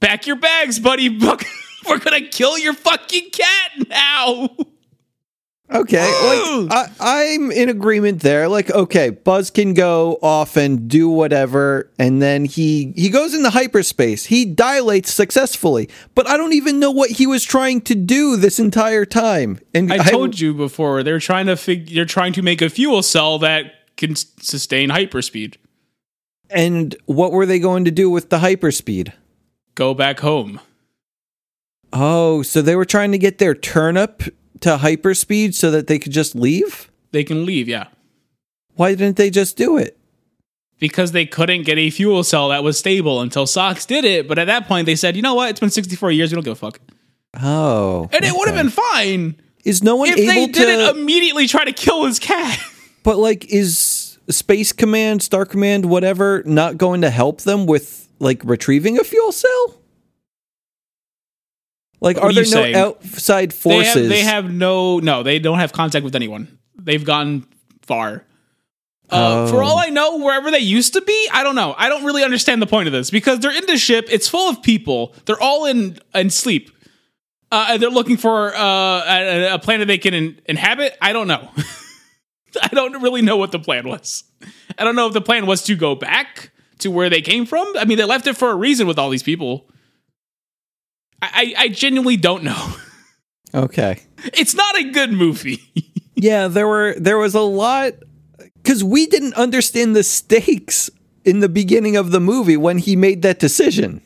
Speaker 3: back your bags, buddy. We're gonna kill your fucking cat now.
Speaker 1: okay, like I, I'm in agreement there. Like, okay, Buzz can go off and do whatever, and then he he goes into hyperspace. He dilates successfully, but I don't even know what he was trying to do this entire time. And
Speaker 3: I told you before they're trying to fig- they're trying to make a fuel cell that can s- sustain hyperspeed.
Speaker 1: And what were they going to do with the hyperspeed?
Speaker 3: Go back home.
Speaker 1: Oh, so they were trying to get their turnip to hyperspeed so that they could just leave?
Speaker 3: They can leave, yeah,
Speaker 1: Why didn't they just do it?
Speaker 3: because they couldn't get a fuel cell that was stable until Sox did it. But at that point, they said, you know what? It's been 64 years. We don't give a fuck,
Speaker 1: Oh.
Speaker 3: and it would have been fine
Speaker 1: Is no one
Speaker 3: if
Speaker 1: able
Speaker 3: they didn't
Speaker 1: to
Speaker 3: immediately try to kill his cat.
Speaker 1: But like is Space Command, Star Command, whatever not going to help them with like retrieving a fuel cell? Like
Speaker 3: What
Speaker 1: are
Speaker 3: are
Speaker 1: there
Speaker 3: you
Speaker 1: no
Speaker 3: saying?
Speaker 1: outside
Speaker 3: They
Speaker 1: forces?
Speaker 3: have, they have no no. They don't have contact with anyone. They've gone far.
Speaker 1: Oh.
Speaker 3: Uh, For all I know, wherever they used to be, I don't know. I don't really understand the point of this because they're in the ship. It's full of people. They're all in in sleep. Uh, and they're looking for uh, a, a planet they can in- inhabit. I don't know. I don't really know what the plan was. I don't know if the plan was to go back to where they came from. I mean, they left it for a reason with all these people. I, I, I genuinely don't know.
Speaker 1: Okay.
Speaker 3: It's not a good movie.
Speaker 1: Yeah, there were there was a lot because we didn't understand the stakes in the beginning of the movie when he made that decision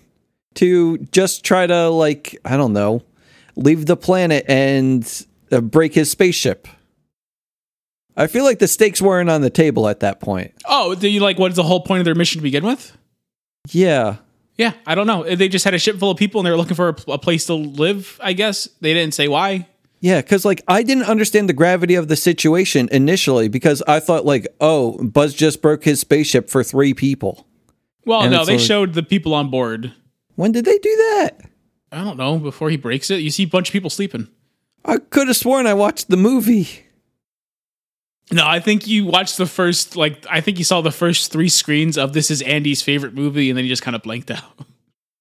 Speaker 1: to just try to like I don't know leave the planet and uh, break his spaceship. I feel like the stakes weren't on the table at that point.
Speaker 3: oh, do you like what is the whole point of their mission to begin with?
Speaker 1: Yeah,
Speaker 3: Yeah, I don't know. They just had a ship full of people and they were looking for a, a place to live, I guess. They didn't say why.
Speaker 1: Yeah, because like I didn't understand the gravity of the situation initially because I thought like, oh, Buzz just broke his spaceship for three people.
Speaker 3: Well,
Speaker 1: And
Speaker 3: no,
Speaker 1: it's
Speaker 3: they
Speaker 1: like-
Speaker 3: showed the people on board.
Speaker 1: When did they do that?
Speaker 3: I don't know, before he breaks it, you see a bunch of people sleeping.
Speaker 1: I could have sworn I watched the movie.
Speaker 3: No, I think you watched the first like I think you saw the first 3 screens of this is Andy's favorite movie and then you just kind of blanked out.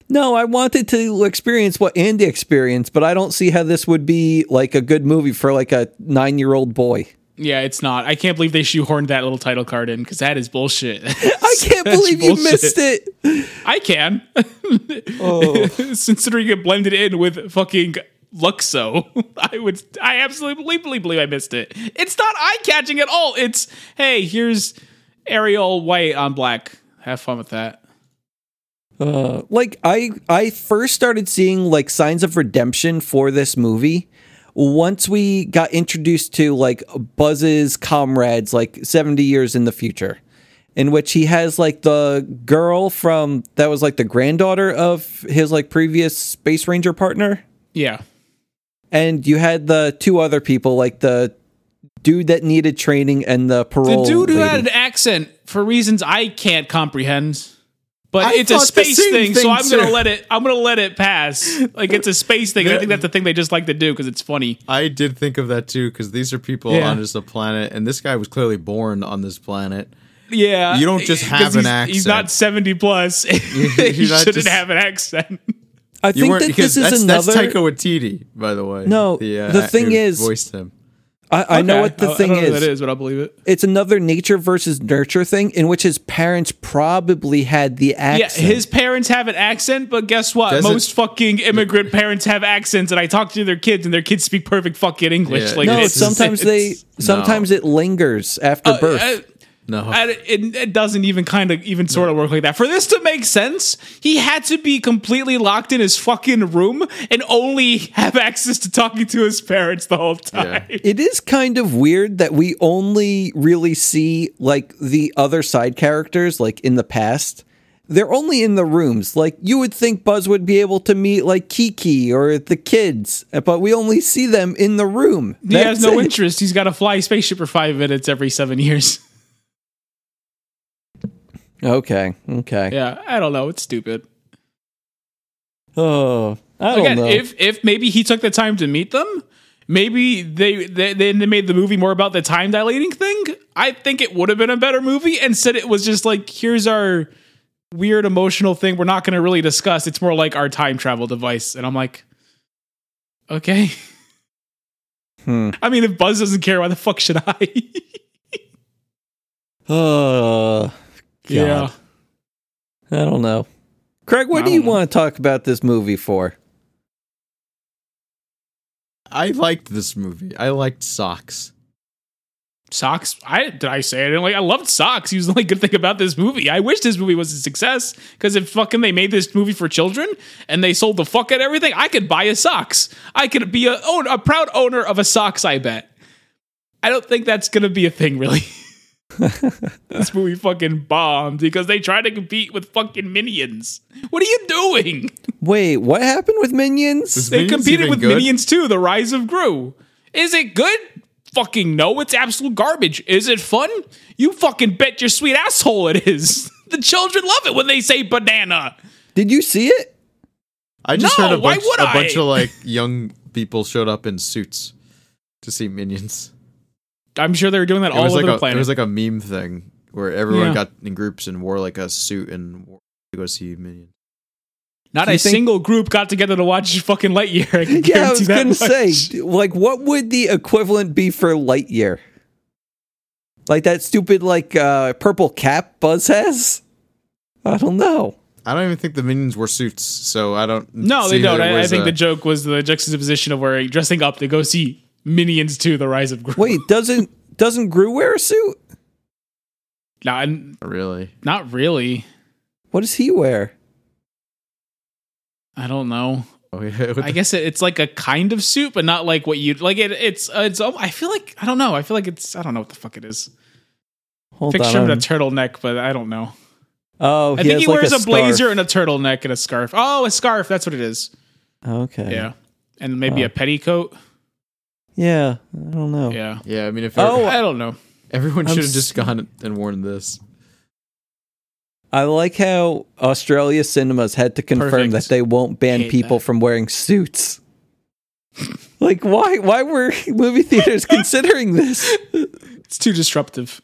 Speaker 1: No, I wanted to experience what Andy experienced, but I don't see how this would be like a good movie for like a nine year old boy.
Speaker 3: Yeah, it's not. I can't believe they shoehorned that little title card in because that is bullshit.
Speaker 1: I can't believe you missed it.
Speaker 3: I can.
Speaker 2: Oh.
Speaker 3: Considering it blended in with fucking Luxo, I would. I absolutely believe I missed it. It's not eye catching at all. It's hey, here's Ariel white on black. Have fun with that.
Speaker 1: Uh, Like I I first started seeing like signs of redemption for this movie once we got introduced to like Buzz's comrades like 70 years in the future in which he has like the girl from that was like the granddaughter of his like previous space ranger partner
Speaker 3: Yeah,
Speaker 1: and you had the two other people like the dude that needed training and the
Speaker 3: the
Speaker 1: parole
Speaker 3: dude who
Speaker 1: lady.
Speaker 3: had an accent for reasons I can't comprehend. But
Speaker 2: I
Speaker 3: it's a
Speaker 2: thought the
Speaker 3: space
Speaker 2: same
Speaker 3: thing, so
Speaker 2: thing,
Speaker 3: I'm gonna
Speaker 2: too.
Speaker 3: let it. I'm gonna let it pass. Like it's a space thing. and I think that's the thing they just like to do because it's funny.
Speaker 2: I did think of that too because these are people
Speaker 3: Yeah.
Speaker 2: on just a planet, and this guy was clearly born on this planet.
Speaker 3: Yeah,
Speaker 2: You don't just have
Speaker 3: 'cause
Speaker 2: an
Speaker 3: he's- He's not
Speaker 2: accent.
Speaker 3: seventy plus. you
Speaker 2: you're not
Speaker 3: shouldn't
Speaker 2: just-
Speaker 3: have an accent.
Speaker 1: I
Speaker 2: You
Speaker 1: think
Speaker 2: weren't
Speaker 1: that
Speaker 2: because
Speaker 1: this
Speaker 2: that's,
Speaker 1: is another
Speaker 2: that's Taika Waititi, by the way.
Speaker 1: No, the
Speaker 2: act-
Speaker 1: thing
Speaker 2: who
Speaker 1: is-
Speaker 2: voiced him.
Speaker 1: I, I know what the
Speaker 3: I- I
Speaker 1: thing
Speaker 3: don't know who
Speaker 1: is.
Speaker 3: That is, but I'll believe it.
Speaker 1: It's another nature versus nurture thing in which his parents probably had the
Speaker 3: Yeah,
Speaker 1: accent.
Speaker 3: his parents have an accent, but guess what?
Speaker 2: Doesn't-
Speaker 3: Most fucking immigrant parents have accents, and I talk to their kids, and their kids speak perfect fucking English.
Speaker 2: Yeah.
Speaker 3: like
Speaker 1: no,
Speaker 3: it's-
Speaker 1: sometimes they
Speaker 3: it's-
Speaker 1: sometimes it lingers after birth.
Speaker 3: Uh,
Speaker 2: No,
Speaker 3: I- it, it doesn't even kind of even sort of work like that. For this to make sense, he had to be completely locked in his fucking room and only have access to talking to his parents the whole time.
Speaker 1: it is kind of weird that we only really see like the other side characters like in the past. They're only in the rooms. Like you would think Buzz would be able to meet like Kiki or the kids, but we only see them in the room.
Speaker 3: He has no
Speaker 1: it.
Speaker 3: interest. He's got to fly a spaceship for five minutes every seven years.
Speaker 1: Okay. Okay.
Speaker 3: Yeah, I don't know. It's stupid.
Speaker 1: Oh, I don't
Speaker 3: Again,
Speaker 1: know.
Speaker 3: if if maybe he took the time to meet them, maybe they, they then they made the movie more about the time dilating thing. I think it would have been a better movie. and said it was just like here's our weird emotional thing we're not going to really discuss. It's more like our time travel device. And I'm like, okay.
Speaker 1: Hmm.
Speaker 3: I mean, if Buzz doesn't care, why the fuck should I?
Speaker 1: Oh,
Speaker 3: yeah.
Speaker 1: I don't know. Craig, what
Speaker 3: I
Speaker 1: do you
Speaker 3: don't know.
Speaker 1: want to talk about this movie for?
Speaker 2: I liked this movie. I liked socks.
Speaker 3: Socks. I did I say I didn't like. I loved socks. He was the only good thing about this movie. I wish this movie was a success because if fucking they made this movie for children and they sold the fuck out of everything, I could buy a socks. I could be a own a proud owner of a socks. I bet. I don't think that's gonna be a thing, really. this movie fucking bombed because they tried to compete with fucking minions. What are you doing?
Speaker 1: Wait, what happened with Minions?
Speaker 2: Is
Speaker 3: They
Speaker 2: Minions
Speaker 3: competed
Speaker 2: even
Speaker 3: with
Speaker 2: good?
Speaker 3: Minions 2, The Rise of Gru. Is it good? Fucking no, it's absolute garbage. Is it fun? You fucking bet your sweet asshole it is. The children love it when they say banana.
Speaker 1: Did you see it?
Speaker 2: I just
Speaker 3: No,
Speaker 2: heard a
Speaker 3: why
Speaker 2: bunch,
Speaker 3: would
Speaker 2: a
Speaker 3: I?
Speaker 2: bunch of like young people showed up in suits to see Minions.
Speaker 3: I'm sure they were doing that
Speaker 2: It
Speaker 3: all
Speaker 2: was
Speaker 3: over
Speaker 2: like
Speaker 3: the
Speaker 2: a
Speaker 3: planet.
Speaker 2: it was like a meme thing where everyone
Speaker 3: Yeah.
Speaker 2: got in groups and wore like a suit and wore to go see Minions.
Speaker 3: Not
Speaker 1: Do
Speaker 3: a
Speaker 1: you think-
Speaker 3: single group got together to watch fucking Lightyear. I can
Speaker 1: Yeah, I was
Speaker 3: guarantee
Speaker 1: going to
Speaker 3: that much.
Speaker 1: say, d- like, what would the equivalent be for Lightyear? Like that stupid, like, uh, purple cap Buzz has? I don't know.
Speaker 2: I don't even think the Minions wore suits, so I don't.
Speaker 3: No,
Speaker 2: see
Speaker 3: they
Speaker 2: that
Speaker 3: don't.
Speaker 2: it
Speaker 3: I, I
Speaker 2: was
Speaker 3: think
Speaker 2: a-
Speaker 3: the joke was the juxtaposition of wearing dressing up to go see Minions 2, The Rise of Gru.
Speaker 1: Wait, doesn't doesn't Gru wear a suit?
Speaker 3: Not,
Speaker 2: really.
Speaker 3: not really.
Speaker 1: What does he wear?
Speaker 3: I don't know.
Speaker 2: Oh, yeah, what
Speaker 3: I
Speaker 2: the-
Speaker 3: guess it, it's like a kind of soup, but not like what you like. It, it's uh, it's. al- I feel like I don't know. I feel like it's. I don't know what the fuck it is.
Speaker 1: Hold
Speaker 3: Picture
Speaker 1: on.
Speaker 3: him in
Speaker 1: I'm-
Speaker 3: a turtleneck, but I don't know.
Speaker 1: oh,
Speaker 3: I think
Speaker 1: um, has,
Speaker 3: he
Speaker 1: like,
Speaker 3: wears a,
Speaker 1: scarf.
Speaker 3: blazer and a turtleneck and a scarf. Oh, a scarf. That's what it is.
Speaker 1: Okay.
Speaker 3: Yeah, and maybe
Speaker 1: Wow. Oh.
Speaker 3: a petticoat.
Speaker 1: Yeah. I don't know.
Speaker 3: Yeah.
Speaker 2: yeah, I mean, if
Speaker 1: Oh,
Speaker 3: I don't know.
Speaker 2: everyone
Speaker 1: I'm
Speaker 2: should have
Speaker 1: s-
Speaker 2: just gone and worn this.
Speaker 1: I like how Australia cinemas had to confirm
Speaker 3: Perfect.
Speaker 1: that they won't ban
Speaker 3: Hate
Speaker 1: people
Speaker 3: that.
Speaker 1: from wearing suits. like why why were movie theaters considering this?
Speaker 3: It's too disruptive.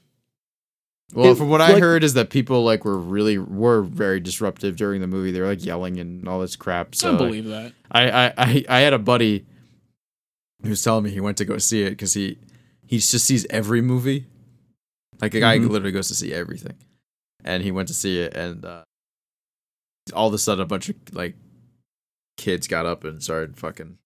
Speaker 2: Well,
Speaker 1: It-
Speaker 2: from what I
Speaker 1: like-
Speaker 2: heard is that people like were really were very disruptive during the movie. They were like yelling and all this crap. So
Speaker 3: I
Speaker 2: like,
Speaker 3: believe that.
Speaker 2: I, I I I had a buddy who was telling me he went to go see it because he he just sees every movie. Like a guy
Speaker 1: Mhm.
Speaker 2: literally goes to see everything, and he went to see it, and uh, all of a sudden a bunch of like kids got up and started fucking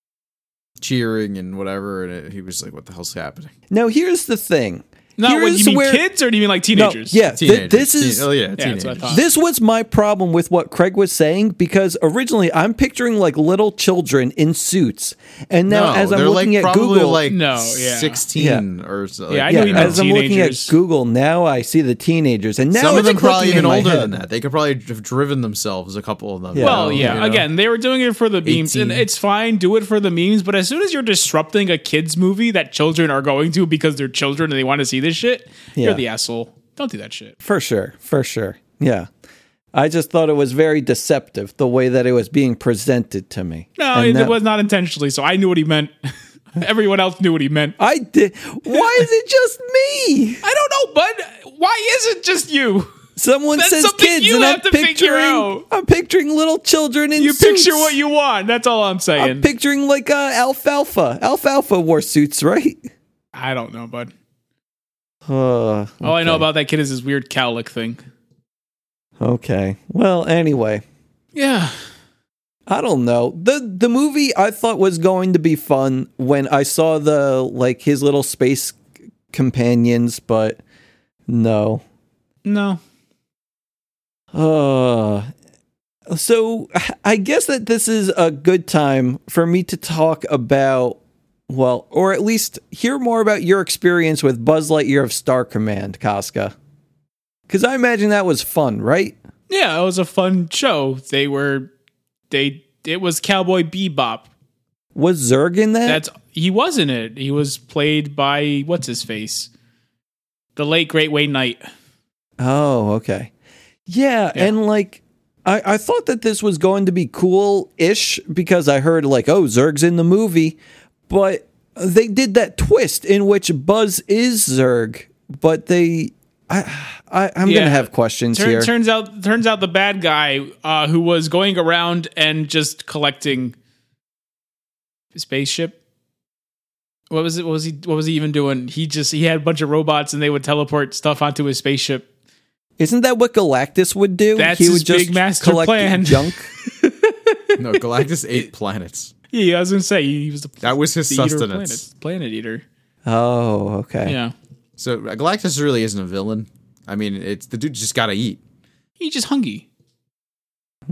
Speaker 2: cheering and whatever, and it, he was like, "What the hell's happening?"
Speaker 1: Now here's the thing.
Speaker 3: Not what
Speaker 1: Here's
Speaker 3: you mean
Speaker 1: where-
Speaker 3: kids or do you mean like
Speaker 1: No,
Speaker 3: teenagers?
Speaker 1: yeah, th-
Speaker 2: Teenagers.
Speaker 1: this
Speaker 2: Teen-
Speaker 1: is
Speaker 2: oh yeah,
Speaker 3: that's what I
Speaker 2: teenagers.
Speaker 3: thought.
Speaker 1: This was my problem with what Craig was saying because originally I'm picturing like little children in suits, and now
Speaker 2: no,
Speaker 1: as I'm
Speaker 2: they're
Speaker 1: looking at
Speaker 2: like probably
Speaker 1: Google,
Speaker 2: like
Speaker 3: No, yeah.
Speaker 2: sixteen or so.
Speaker 3: Yeah, I
Speaker 2: like-
Speaker 3: know
Speaker 1: yeah,
Speaker 3: he meant
Speaker 1: as I'm looking at
Speaker 3: teenagers.
Speaker 1: Google now, I see the teenagers, and now
Speaker 2: Some of
Speaker 1: it's
Speaker 2: them
Speaker 1: clicking
Speaker 2: probably
Speaker 1: in
Speaker 2: even
Speaker 1: my
Speaker 2: older
Speaker 1: head.
Speaker 2: than that. They could probably have driven themselves. A couple of them.
Speaker 1: Yeah.
Speaker 3: Well,
Speaker 2: you
Speaker 3: yeah.
Speaker 2: know?
Speaker 3: Again, they were doing it for the memes, and
Speaker 2: 18.
Speaker 3: it's fine. Do it for the memes. But as soon as you're disrupting a kids' movie that children are going to because they're children and they want to see this shit,
Speaker 1: Yeah.
Speaker 3: you're the asshole. Don't do that shit.
Speaker 1: for sure, for sure, yeah. I just thought it was very deceptive the way that it was being presented to me.
Speaker 3: No,
Speaker 1: And
Speaker 3: it,
Speaker 1: that-
Speaker 3: was not intentionally. So I knew what he meant. Everyone else knew what he meant.
Speaker 1: I did. Why is it just me?
Speaker 3: I don't know, bud. Why is it just you?
Speaker 1: Someone
Speaker 3: That's
Speaker 1: says
Speaker 3: something
Speaker 1: kids,
Speaker 3: you
Speaker 1: and I'm
Speaker 3: have to figure
Speaker 1: picturing.
Speaker 3: out.
Speaker 1: I'm picturing little children in
Speaker 3: You
Speaker 1: suits.
Speaker 3: picture what you want. That's all I'm saying.
Speaker 1: I'm picturing like uh, alfalfa. Alfalfa wore suits, right?
Speaker 3: I don't know, bud.
Speaker 1: Uh,
Speaker 3: All I know about that kid is his weird cowlick thing.
Speaker 1: okay. Well, anyway,
Speaker 3: Yeah.
Speaker 1: I don't know. the The movie I thought was going to be fun when I saw the like his little space companions, but no.
Speaker 3: No.
Speaker 1: Uh so I guess that this is a good time for me to talk about well, or at least hear more about your experience with Buzz Lightyear of Star Command, Casca. Cuz I imagine that was fun, right?
Speaker 3: Yeah, it was a fun show. They were they it was Cowboy Bebop.
Speaker 1: Was Zurg in that?
Speaker 3: That's he was in it. He was played by what's his face? The late Great Wayne Knight.
Speaker 1: Oh, okay. Yeah,
Speaker 3: Yeah.
Speaker 1: and like I, I thought that this was going to be cool ish because I heard like, oh, Zurg's in the movie, but they did that twist in which Buzz is Zurg, but they I, I I'm
Speaker 3: Yeah.
Speaker 1: gonna have questions
Speaker 3: Turn,
Speaker 1: here.
Speaker 3: turns out turns out the bad guy uh, who was going around and just collecting spaceship. What was it? What was he? What was he even doing? He just he had a bunch of robots and they would teleport stuff onto his spaceship.
Speaker 1: Isn't that what Galactus would do?
Speaker 3: That's
Speaker 1: he
Speaker 3: his
Speaker 1: would just
Speaker 3: big master
Speaker 1: collect
Speaker 3: plan.
Speaker 1: junk.
Speaker 2: no, Galactus ate planets.
Speaker 3: Yeah, I was gonna say he was the
Speaker 2: That was his
Speaker 3: the eater of
Speaker 2: sustenance.
Speaker 3: planets, planet eater.
Speaker 1: Oh, okay.
Speaker 3: Yeah,
Speaker 2: So Galactus really isn't a villain. I mean, it's the dude just got to eat.
Speaker 3: he just hungry.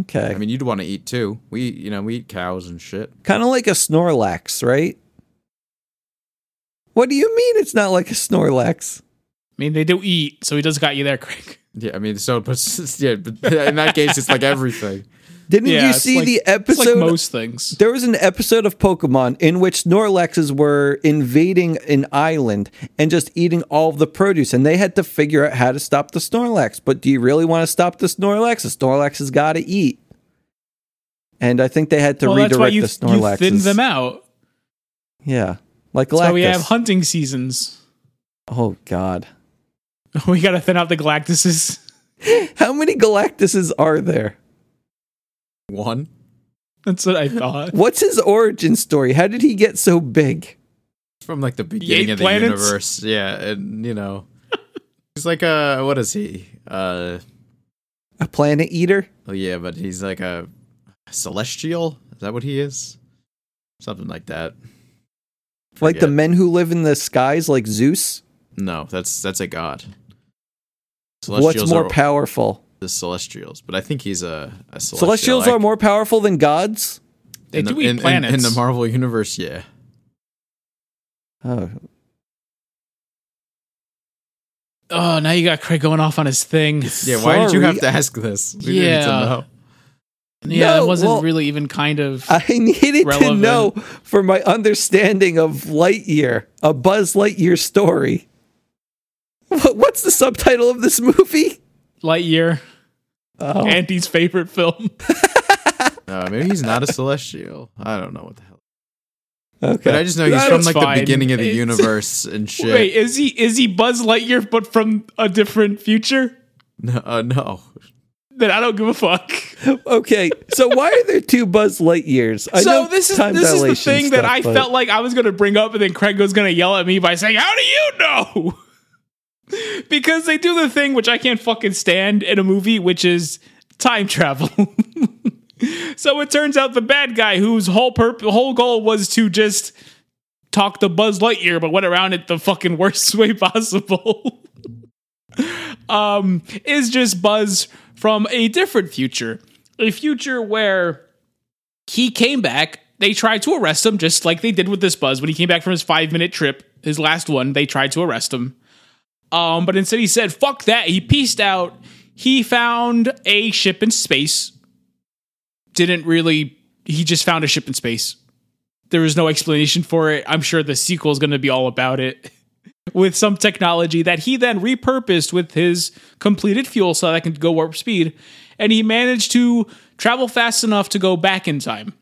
Speaker 1: Okay.
Speaker 2: I mean, you'd want to eat too. We, you know, we eat cows and shit.
Speaker 1: kind of like a Snorlax, right? What do you mean it's not like a Snorlax?
Speaker 3: I mean, they do eat, so he does got you there, Craig.
Speaker 2: Yeah, I mean, so but yeah, but in that case, it's like everything.
Speaker 1: Didn't
Speaker 3: Yeah,
Speaker 1: you
Speaker 3: it's
Speaker 1: see
Speaker 3: like-
Speaker 1: the
Speaker 3: It's
Speaker 1: episode?
Speaker 3: like most things.
Speaker 1: there was an episode of Pokemon in which Snorlaxes were invading an island and just eating all of the produce, and they had to figure out how to stop the Snorlax. But do you really want to stop the Snorlax? The Snorlax has got to eat. And I think they had to
Speaker 3: well,
Speaker 1: redirect
Speaker 3: that's why you,
Speaker 1: the
Speaker 3: you
Speaker 1: Snorlaxes.
Speaker 3: thin them out.
Speaker 1: Yeah, like
Speaker 3: That's why we
Speaker 1: Galactus.
Speaker 3: have hunting seasons.
Speaker 1: oh God,
Speaker 3: We gotta thin out the Galactuses.
Speaker 1: how many Galactuses are there?
Speaker 2: One.
Speaker 3: That's what I thought.
Speaker 1: What's his origin story? How did he get so big?
Speaker 2: from like the beginning
Speaker 3: ate
Speaker 2: of the
Speaker 3: planets?
Speaker 2: universe. Yeah, and you know, he's like a what is he? Uh,
Speaker 1: A planet eater?
Speaker 2: oh yeah, but he's like a celestial. Is that what he is? Something like that.
Speaker 1: Like the
Speaker 2: Forget.
Speaker 1: men who live in the skies, like Zeus?
Speaker 2: No, that's that's a god.
Speaker 1: What's more
Speaker 2: are
Speaker 1: powerful?
Speaker 2: the celestials, but I think he's a, a celestial.
Speaker 1: Celestials
Speaker 2: I-
Speaker 1: are more powerful than gods?
Speaker 3: They
Speaker 2: in
Speaker 3: do
Speaker 2: the-
Speaker 3: eat
Speaker 2: in- in-
Speaker 3: planets.
Speaker 2: in, the Marvel universe. Yeah,
Speaker 1: Oh.
Speaker 3: oh, now you got Craig going off on his thing.
Speaker 2: yeah. Why did you have
Speaker 1: Sorry.
Speaker 2: to ask this? We yeah. need to
Speaker 3: Yeah.
Speaker 2: know.
Speaker 3: Yeah,
Speaker 1: No,
Speaker 3: it wasn't
Speaker 1: well-
Speaker 3: really even kind of.
Speaker 1: I needed to
Speaker 3: Relevant.
Speaker 1: know for my understanding of Lightyear, a Buzz Lightyear story. What- What's the subtitle of this movie?
Speaker 3: Lightyear,
Speaker 1: Oh,
Speaker 3: Andy's favorite film.
Speaker 2: Uh, maybe he's not a celestial. I don't know what the hell.
Speaker 1: Okay.
Speaker 2: But I just know he's
Speaker 3: That's
Speaker 2: from like
Speaker 3: fine.
Speaker 2: the beginning of the
Speaker 3: It's-
Speaker 2: universe and shit.
Speaker 3: Wait, is he is he Buzz Lightyear but from a different future?
Speaker 2: No, uh, no.
Speaker 3: Then I don't give a fuck.
Speaker 1: okay. So why are there two Buzz Lightyears? I
Speaker 3: so
Speaker 1: know
Speaker 3: this is
Speaker 1: time
Speaker 3: this is the
Speaker 1: dilation
Speaker 3: thing that
Speaker 1: stuff,
Speaker 3: I
Speaker 1: but-
Speaker 3: felt like I was gonna bring up, and then Craig was gonna yell at me by saying, "How do you know?" because they do the thing which I can't fucking stand in a movie, which is time travel. so it turns out the bad guy, whose whole purp- whole goal was to just talk to Buzz Lightyear, but went around it the fucking worst way possible. um, is just Buzz from a different future, a future where he came back. They tried to arrest him, just like they did with this Buzz when he came back from his five minute trip, his last one. They tried to arrest him, um, but instead he said "fuck that." He peaced out. He found a ship in space. Didn't really. He just found a ship in space. There was no explanation for it. I'm sure the sequel is going to be all about it with some technology that he then repurposed with his completed fuel so that can go warp speed. And he managed to travel fast enough to go back in time.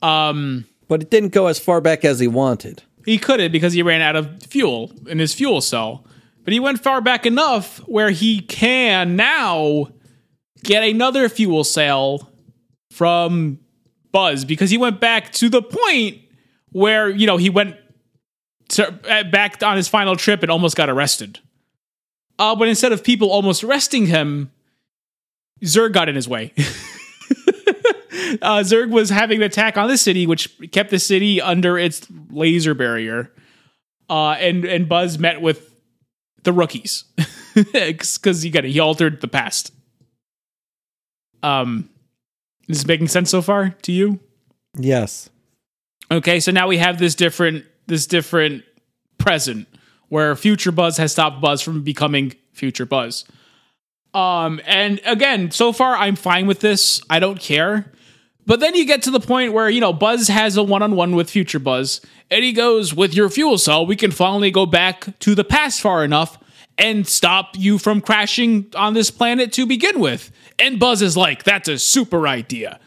Speaker 3: Um,
Speaker 1: But it didn't go as far back as he wanted.
Speaker 3: he couldn't because he ran out of fuel in his fuel cell. But he went far back enough where he can now get another fuel cell from Buzz because he went back to the point where, you know, he went to, uh, back on his final trip and almost got arrested. Uh, but instead of people almost arresting him, Zurg got in his way. uh, Zerg was having an attack on the city, which kept the city under its laser barrier. Uh, and and Buzz met with the rookies because he got he altered the past. Um, is this making sense so far to you?
Speaker 1: Yes.
Speaker 3: Okay, so now we have this different this different present where future Buzz has stopped Buzz from becoming future Buzz. Um and again, so far I'm fine with this. I don't care. But then you get to the point where, you know, Buzz has a one-on-one with future Buzz and he goes, "With your fuel cell, we can finally go back to the past far enough and stop you from crashing on this planet to begin with." And Buzz is like, "That's a super idea."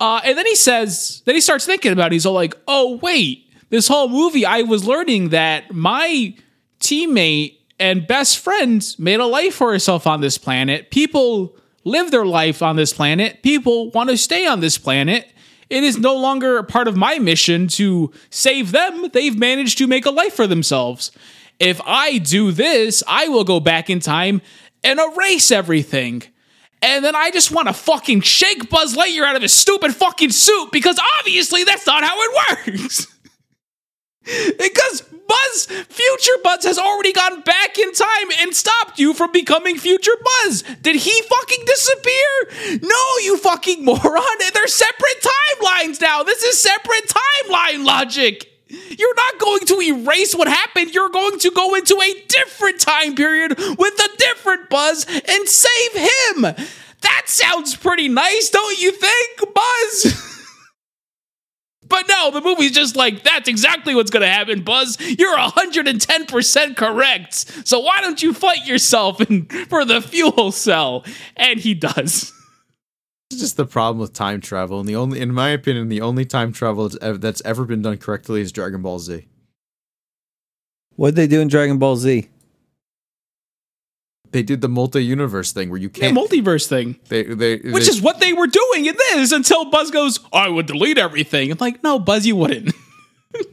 Speaker 3: Uh, and then he says, then he starts thinking about it. He's all like, oh, wait, this whole movie, I was learning that my teammate and best friend made a life for herself on this planet. People live their life on this planet. People want to stay on this planet. It is no longer a part of my mission to save them. They've managed to make a life for themselves. If I do this, I will go back in time and erase everything. And then I just want to fucking shake Buzz Lightyear out of his stupid fucking suit because obviously that's not how it works. because Buzz, future Buzz, has already gone back in time and stopped you from becoming future Buzz. Did he fucking disappear? No, you fucking moron. They're separate timelines now. This is separate timeline logic. You're not going to erase what happened. You're going to go into a different time period with a different Buzz and save him. That sounds pretty nice, don't you think, Buzz? But no, the movie's just like, that's exactly what's going to happen, Buzz. You're 110% correct. So why don't you fight yourself and, for the fuel cell? And he does.
Speaker 2: It's just the problem with time travel, and the only, in my opinion, the only time travel that's ever, that's ever been done correctly is Dragon Ball Z.
Speaker 1: What did they do in Dragon Ball Z?
Speaker 2: They did the multi-universe thing where you
Speaker 3: The
Speaker 2: can't.
Speaker 3: multiverse thing,
Speaker 2: they, they,
Speaker 3: which
Speaker 2: they-
Speaker 3: is what they were doing in this until Buzz goes, I would delete everything. I'm like, no, Buzz, you wouldn't.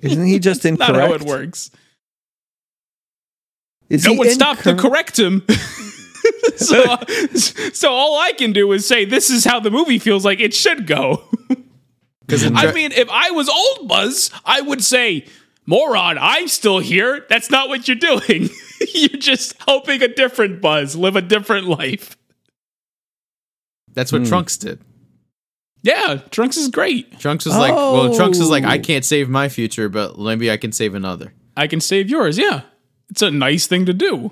Speaker 1: Isn't he just
Speaker 3: Not
Speaker 1: incorrect?
Speaker 3: how it works.
Speaker 1: Is
Speaker 3: no
Speaker 1: he
Speaker 3: one stopped to
Speaker 1: incorrect?
Speaker 3: correct him. so, so all I can do is say, this is how the movie feels like it should go.
Speaker 2: 'cause in
Speaker 3: I
Speaker 2: Dra-
Speaker 3: mean, if I was old Buzz, I would say, moron, I'm still here. That's not what you're doing. you're just helping a different Buzz live a different life.
Speaker 2: that's what Trunks did.
Speaker 3: Yeah, Trunks is great.
Speaker 2: Trunks was like, well, Trunks is like, I
Speaker 1: Oh.
Speaker 2: can't save my future, but maybe I can save another.
Speaker 3: I can save yours. Yeah. It's a nice thing to do.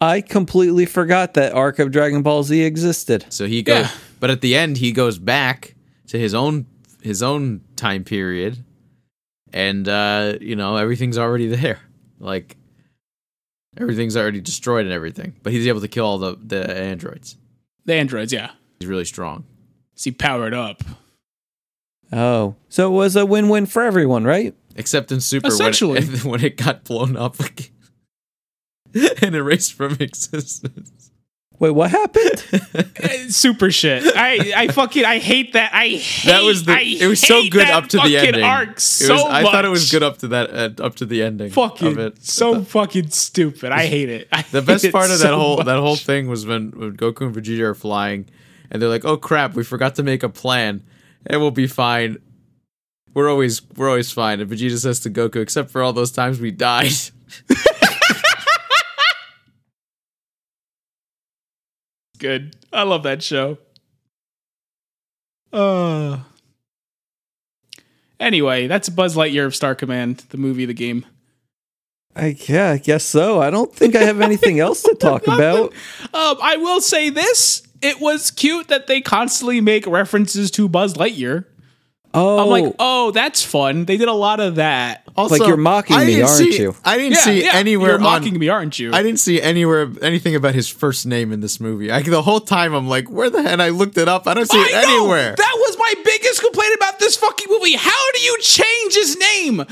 Speaker 1: I completely forgot that arc of Dragon Ball Z existed.
Speaker 2: So he goes,
Speaker 3: Yeah.
Speaker 2: but at the end he goes back to his own his own time period, and uh, you know everything's already there, like everything's already destroyed and everything. But he's able to kill all the the androids.
Speaker 3: The androids, yeah.
Speaker 2: He's really strong.
Speaker 3: See, powered up.
Speaker 1: Oh, so it was a win-win for everyone, right?
Speaker 2: except in Super, when
Speaker 3: Essentially.
Speaker 2: it, when it got blown up again and erased from existence.
Speaker 1: Wait, what happened?
Speaker 3: Eh, Super shit. I I fucking I hate that. I hate
Speaker 2: That was the.
Speaker 3: I
Speaker 2: it was so
Speaker 3: hate
Speaker 2: good
Speaker 3: that
Speaker 2: up to the
Speaker 3: fucking
Speaker 2: ending.
Speaker 3: Arc so
Speaker 2: it was, I thought it was
Speaker 3: much.
Speaker 2: good up to that uh, up to the ending. of
Speaker 3: Fucking
Speaker 2: it.
Speaker 3: so fucking stupid. I hate it. I
Speaker 2: The
Speaker 3: hate
Speaker 2: best
Speaker 3: it
Speaker 2: part of that
Speaker 3: so
Speaker 2: whole
Speaker 3: much.
Speaker 2: that whole thing was when, when Goku and Vegeta are flying, and they're like, "Oh crap, we forgot to make a plan, and we'll be fine. We're always we're always fine." And Vegeta says to Goku, "Except for all those times we died."
Speaker 3: good. I love that show. Uh. Anyway, that's Buzz Lightyear of Star Command, the movie, the game.
Speaker 1: I, yeah, I guess so. I don't think I have anything else to talk about.
Speaker 3: Um, I will say this: it was cute that they constantly make references to Buzz Lightyear.
Speaker 1: Oh,
Speaker 3: I'm like, oh, that's fun. They did a lot of that.
Speaker 2: Also,
Speaker 1: you're mocking
Speaker 2: I
Speaker 1: me,
Speaker 2: didn't
Speaker 1: aren't
Speaker 2: see-
Speaker 1: you?
Speaker 2: I didn't
Speaker 3: Yeah,
Speaker 2: see
Speaker 3: yeah,
Speaker 2: anywhere
Speaker 3: You're mocking
Speaker 2: on.
Speaker 3: me, aren't you?
Speaker 2: I didn't see anywhere anything about his first name in this movie. I, the whole time I'm like, where the hell? And I looked it up. I don't see it
Speaker 3: I know!
Speaker 2: anywhere.
Speaker 3: That was my biggest complaint about this fucking movie. How do you change his name?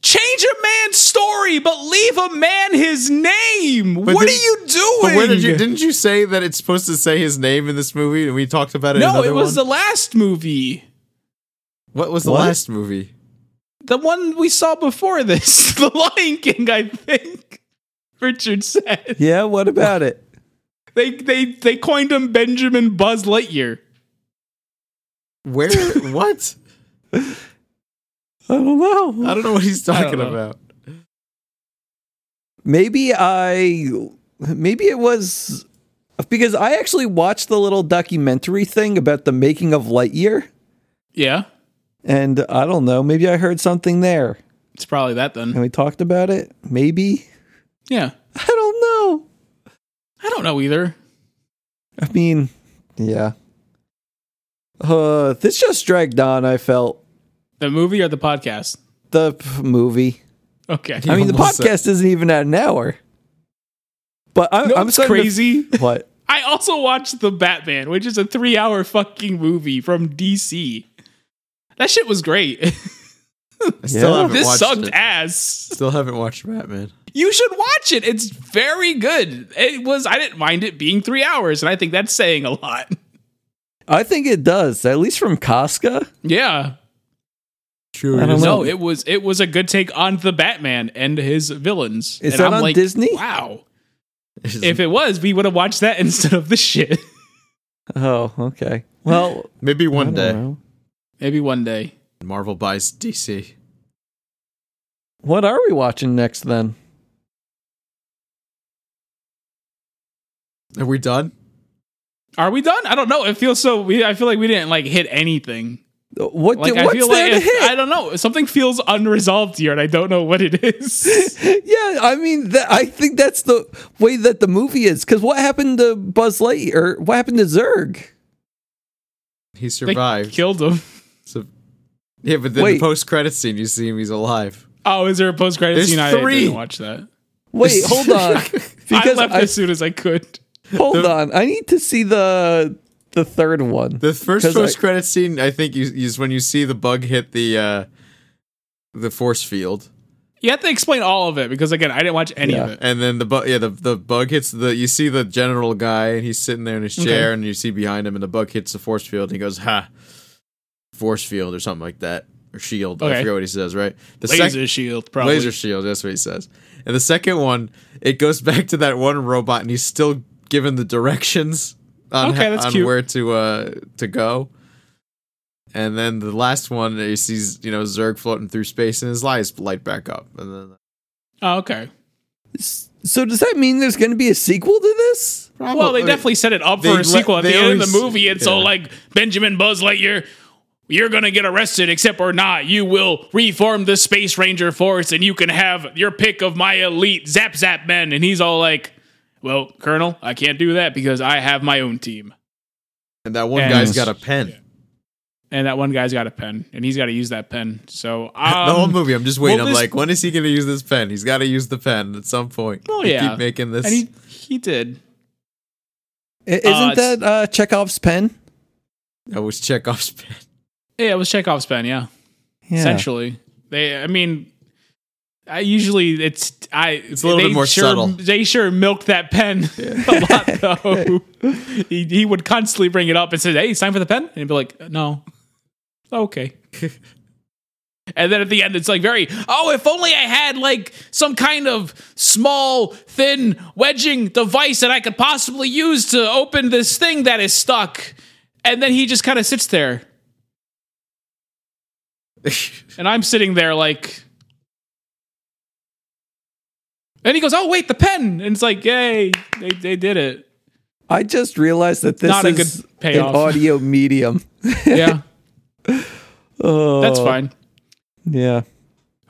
Speaker 3: Change a man's story, but leave a man his name. what
Speaker 2: did-
Speaker 3: are you doing?
Speaker 2: But where did you didn't you say that it's supposed to say his name in this movie and we talked about it? in
Speaker 3: no,
Speaker 2: another
Speaker 3: it was
Speaker 2: one?
Speaker 3: the last movie.
Speaker 2: what was the
Speaker 1: What?
Speaker 2: last movie?
Speaker 3: The one we saw before this, The Lion King, I think. Richard said
Speaker 1: yeah. What about it?
Speaker 3: they they they coined him Benjamin Buzz Lightyear.
Speaker 2: Where? what?
Speaker 1: I don't know.
Speaker 2: I don't know what he's
Speaker 3: I
Speaker 2: talking
Speaker 3: don't know.
Speaker 2: about.
Speaker 1: maybe I maybe it was because I actually watched the little documentary thing about the making of Lightyear
Speaker 3: Yeah,
Speaker 1: and I don't know, maybe I heard something there
Speaker 3: it's probably that
Speaker 1: and
Speaker 3: then.
Speaker 1: we talked about it. Maybe.
Speaker 3: Yeah,
Speaker 1: I don't know.
Speaker 3: I don't know either.
Speaker 1: I mean, yeah. Uh this just dragged on, I felt
Speaker 3: The movie or the podcast?
Speaker 1: the p- movie.
Speaker 3: Okay,
Speaker 1: I mean, the
Speaker 2: almost said-
Speaker 1: podcast isn't even at an hour. But I,
Speaker 3: No,
Speaker 1: I'm
Speaker 3: it's
Speaker 1: starting to-
Speaker 3: crazy.
Speaker 1: what?
Speaker 3: I also watched The Batman, which is a three hour fucking movie from DC. That shit was great.
Speaker 2: I still
Speaker 1: Yeah.
Speaker 2: haven't
Speaker 3: this
Speaker 2: watched
Speaker 3: sucked
Speaker 2: it.
Speaker 3: ass.
Speaker 2: Still haven't watched Batman.
Speaker 3: You should watch it. It's very good. It was, I didn't mind it being three hours, and I think that's saying a lot.
Speaker 1: I think it does, at least from Casca.
Speaker 3: Yeah.
Speaker 2: Sure.
Speaker 1: I don't know.
Speaker 3: No, it was it was a good take on the Batman and his villains.
Speaker 1: Is
Speaker 3: And
Speaker 1: that on Disney?
Speaker 3: Wow. If it was, we would have watched that instead of this shit.
Speaker 1: Oh, okay. Well,
Speaker 2: Maybe one
Speaker 1: I don't
Speaker 2: day
Speaker 1: know.
Speaker 3: Maybe one day.
Speaker 2: Marvel buys DC.
Speaker 1: What are we watching next then?
Speaker 2: Are we done?
Speaker 3: Are we done? I don't know. It feels so we I feel like we didn't like hit anything.
Speaker 1: What
Speaker 3: Like
Speaker 1: do,
Speaker 3: I
Speaker 1: what's
Speaker 3: feel
Speaker 1: there
Speaker 3: like
Speaker 1: to
Speaker 3: if-
Speaker 1: hit?
Speaker 3: I don't know. Something feels unresolved here, and I don't know what it is.
Speaker 1: yeah, I mean, that, I think that's the way that the movie is. Because what happened to Buzz Lightyear? What happened to Zurg?
Speaker 2: He
Speaker 3: they
Speaker 2: survived.
Speaker 3: killed him.
Speaker 2: So- yeah, but then the
Speaker 1: Wait.
Speaker 2: post credit scene, you see him. He's alive.
Speaker 3: Oh, is there a post credit
Speaker 2: There's
Speaker 3: scene? I
Speaker 2: three.
Speaker 3: didn't watch that.
Speaker 1: Wait, hold on.
Speaker 3: I
Speaker 1: Because
Speaker 3: left
Speaker 1: I,
Speaker 3: as soon as I could.
Speaker 1: hold on, I need to see the the third one.
Speaker 2: The first
Speaker 1: 'Cause I-
Speaker 2: post credit scene, I think, is- is when you see the bug hit the uh, the force field,
Speaker 3: You have to explain all of it because again, I didn't watch any of
Speaker 1: Yeah.
Speaker 3: it.
Speaker 2: and then the bug, yeah, the, the bug hits the. You see the general guy, and he's sitting there in his chair, and you see behind him, and the bug hits the force field, and he goes, "Ha, force field" or something like that, or shield. I
Speaker 3: Okay.
Speaker 2: forget what he says. Right, the sec-
Speaker 3: Laser shield, probably.
Speaker 2: laser shield. That's what he says. And the second one, it goes back to that one robot, and he's still given the directions on,
Speaker 3: Okay,
Speaker 2: ho-
Speaker 3: that's
Speaker 2: on
Speaker 3: cute.
Speaker 2: where to uh, to go. And then the last one, he sees you know Zerg floating through space, and his lights light back up. And then
Speaker 3: Oh, okay.
Speaker 1: So does that mean there's going to be a sequel to this?
Speaker 3: Well, they definitely set it up
Speaker 2: They
Speaker 3: for a
Speaker 2: let-
Speaker 3: sequel at
Speaker 2: they
Speaker 3: the end of
Speaker 2: always-
Speaker 3: the movie, and so
Speaker 2: yeah.
Speaker 3: like Benjamin Buzz Lightyear, you're gonna get arrested, except or not, you will reform the Space Ranger Force, and you can have your pick of my elite Zap Zap Men. And he's all like, "Well, Colonel, I can't do that because I have my own team."
Speaker 2: and that one
Speaker 3: And-
Speaker 2: guy's got a pen.
Speaker 3: And that one guy's got a pen, and he's got to use that pen. So um,
Speaker 2: the whole movie, I'm just waiting.
Speaker 3: well,
Speaker 2: I'm
Speaker 3: this-
Speaker 2: like, when is he going to use this pen? He's got to use the pen at some point.
Speaker 3: Oh,
Speaker 2: They
Speaker 3: yeah.
Speaker 2: keep making this.
Speaker 3: and he he did.
Speaker 1: I- Isn't
Speaker 3: Uh, it's-
Speaker 1: that uh, Chekhov's pen?
Speaker 2: That was Chekhov's pen.
Speaker 3: Yeah, it was Chekhov's pen. Yeah,
Speaker 1: Yeah.
Speaker 3: essentially. They, I mean, I usually it's I. It's
Speaker 2: a little bit more
Speaker 3: sure,
Speaker 2: subtle.
Speaker 3: They sure milked that pen a lot though. he, he would constantly bring it up and say, "Hey, it's time for the pen," and he'd be like, "No, okay." And then at the end, it's like very, oh, if only I had like some kind of small, thin, wedging device that I could possibly use to open this thing that is stuck. And then he just kind of sits there. and I'm sitting there like. And he goes, oh, wait, the pen. And it's like, yay, they, they did it.
Speaker 1: I just realized that this
Speaker 3: Not a
Speaker 1: is
Speaker 3: good payoff.
Speaker 1: an audio medium.
Speaker 3: Yeah,
Speaker 1: Oh,
Speaker 3: that's fine.
Speaker 1: Yeah.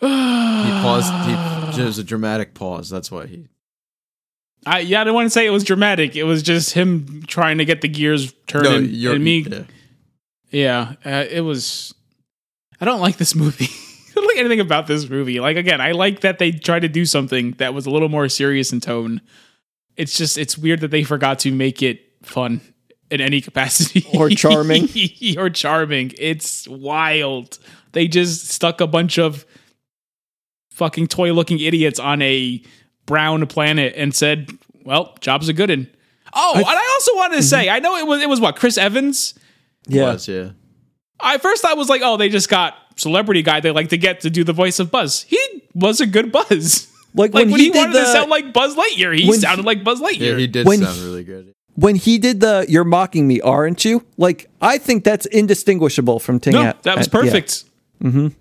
Speaker 2: He paused. He, there's a dramatic pause. That's why he.
Speaker 3: I, yeah, I didn't want to say it was dramatic. It was just him trying to get the gears turned
Speaker 2: No,
Speaker 3: and,
Speaker 2: you're
Speaker 3: and me
Speaker 2: yeah.
Speaker 3: Yeah, uh, it was. I don't like this movie. I don't like anything about this movie. Like again, I like that they tried to do something that was a little more serious in tone. It's just it's weird that they forgot to make it fun in any capacity
Speaker 1: Or charming.
Speaker 3: or charming. It's wild. They just stuck a bunch of fucking toy looking idiots on a brown planet and said, "Well, job's a good un." Oh, and I also wanted
Speaker 1: Mm-hmm.
Speaker 3: to say, I know it was it was what Chris Evans.
Speaker 1: Yeah.
Speaker 2: Was, yeah.
Speaker 3: I first I was like, oh, they just got celebrity guy they like to get to do the voice of Buzz. He was a good Buzz.
Speaker 1: Like,
Speaker 3: Like
Speaker 1: when,
Speaker 3: when,
Speaker 1: he,
Speaker 3: he,
Speaker 1: did
Speaker 3: wanted
Speaker 1: the,
Speaker 3: to sound like Buzz Lightyear, he
Speaker 1: when
Speaker 3: sounded
Speaker 1: he-
Speaker 3: like Buzz
Speaker 2: Yeah,
Speaker 3: Lightyear.
Speaker 2: he did
Speaker 1: When
Speaker 2: sound
Speaker 1: he-
Speaker 2: really good.
Speaker 1: when he did the "You're mocking me, aren't you?" Like I think that's indistinguishable from Ting.
Speaker 3: no,
Speaker 1: at-
Speaker 3: that was
Speaker 1: at- yeah. Mm-hmm.
Speaker 3: perfect.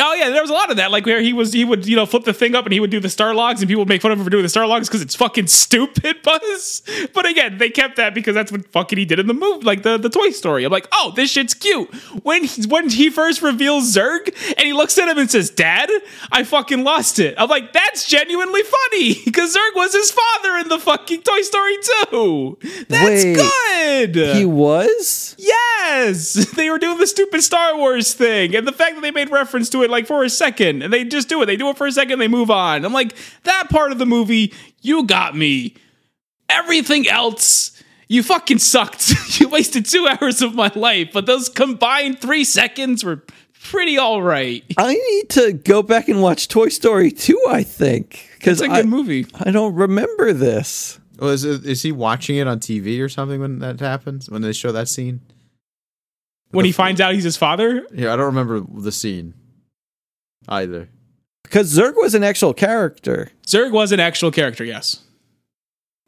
Speaker 3: Oh yeah, there was a lot of that. Like where he was, he would you know flip the thing up and he would do the star logs, and people would make fun of him for doing the star logs because it's fucking stupid, Buzz. But again, they kept that because that's what fucking he did in the movie, like the the Toy Story. I'm like, oh, this shit's cute. When he, when he first reveals Zerg and he looks at him and says, "Dad," I fucking lost it. I'm like, that's genuinely funny because Zerg was his father in the fucking Toy Story 2. That's
Speaker 1: Wait,
Speaker 3: good.
Speaker 1: He was.
Speaker 3: Yes, they were doing the stupid Star Wars thing, and the fact that they made reference to it like for a second, and they just do it. They do it for a second, they move on. I'm like, that part of the movie, you got me. Everything else, you fucking sucked. you wasted two hours of my life, but those combined three seconds were pretty all right.
Speaker 1: I need to go back and watch Toy Story 2, I think, because
Speaker 3: It's a good
Speaker 1: I,
Speaker 3: movie.
Speaker 1: I don't remember this.
Speaker 2: Well, is, it, is he watching it on TV or something when that happens? When they show that scene?
Speaker 3: When he finds out he's his father,
Speaker 2: Yeah, I don't remember the scene either.
Speaker 1: Because Zurg was an actual character.
Speaker 3: Zurg was an actual character, yes.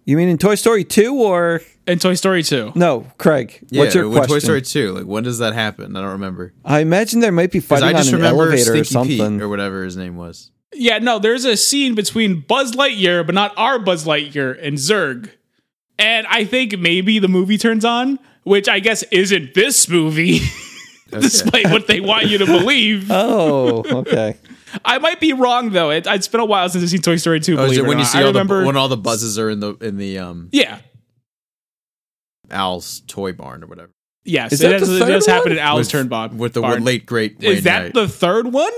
Speaker 1: You mean in Toy Story 2 or
Speaker 3: In Toy Story 2.
Speaker 1: no, Craig?
Speaker 2: Yeah,
Speaker 1: what's your
Speaker 2: with
Speaker 1: question?
Speaker 2: Toy Story 2. Like, when does that happen? I don't remember.
Speaker 1: I imagine there might be
Speaker 2: Because
Speaker 1: fighting
Speaker 2: I just
Speaker 1: on an
Speaker 2: remember
Speaker 1: elevator
Speaker 2: Stinky
Speaker 1: or something.
Speaker 2: Pete or whatever his name was.
Speaker 3: Yeah, no, there's a scene between Buzz Lightyear, but not our Buzz Lightyear, and Zurg. And I think maybe the movie turns on, which I guess isn't this movie, despite what they want you to believe.
Speaker 1: oh, okay.
Speaker 3: I might be wrong, though. It, it's been a while since I've seen Toy Story 2.
Speaker 2: Oh, is
Speaker 3: believe
Speaker 2: it
Speaker 3: it
Speaker 2: when
Speaker 3: or
Speaker 2: you
Speaker 3: not.
Speaker 2: see
Speaker 3: I
Speaker 2: all
Speaker 3: remember,
Speaker 2: the, when all the buzzes are in the in the um
Speaker 3: yeah.
Speaker 2: Owl's toy barn or whatever?
Speaker 3: Yes,
Speaker 1: Is
Speaker 3: it,
Speaker 1: that
Speaker 3: has,
Speaker 1: the
Speaker 3: it
Speaker 1: third
Speaker 3: does happen
Speaker 1: one?
Speaker 3: in Al's
Speaker 2: With-
Speaker 3: Turn Bob.
Speaker 2: with the
Speaker 3: Barn.
Speaker 2: late great Wayne
Speaker 3: Is that
Speaker 2: Knight.
Speaker 3: the third one?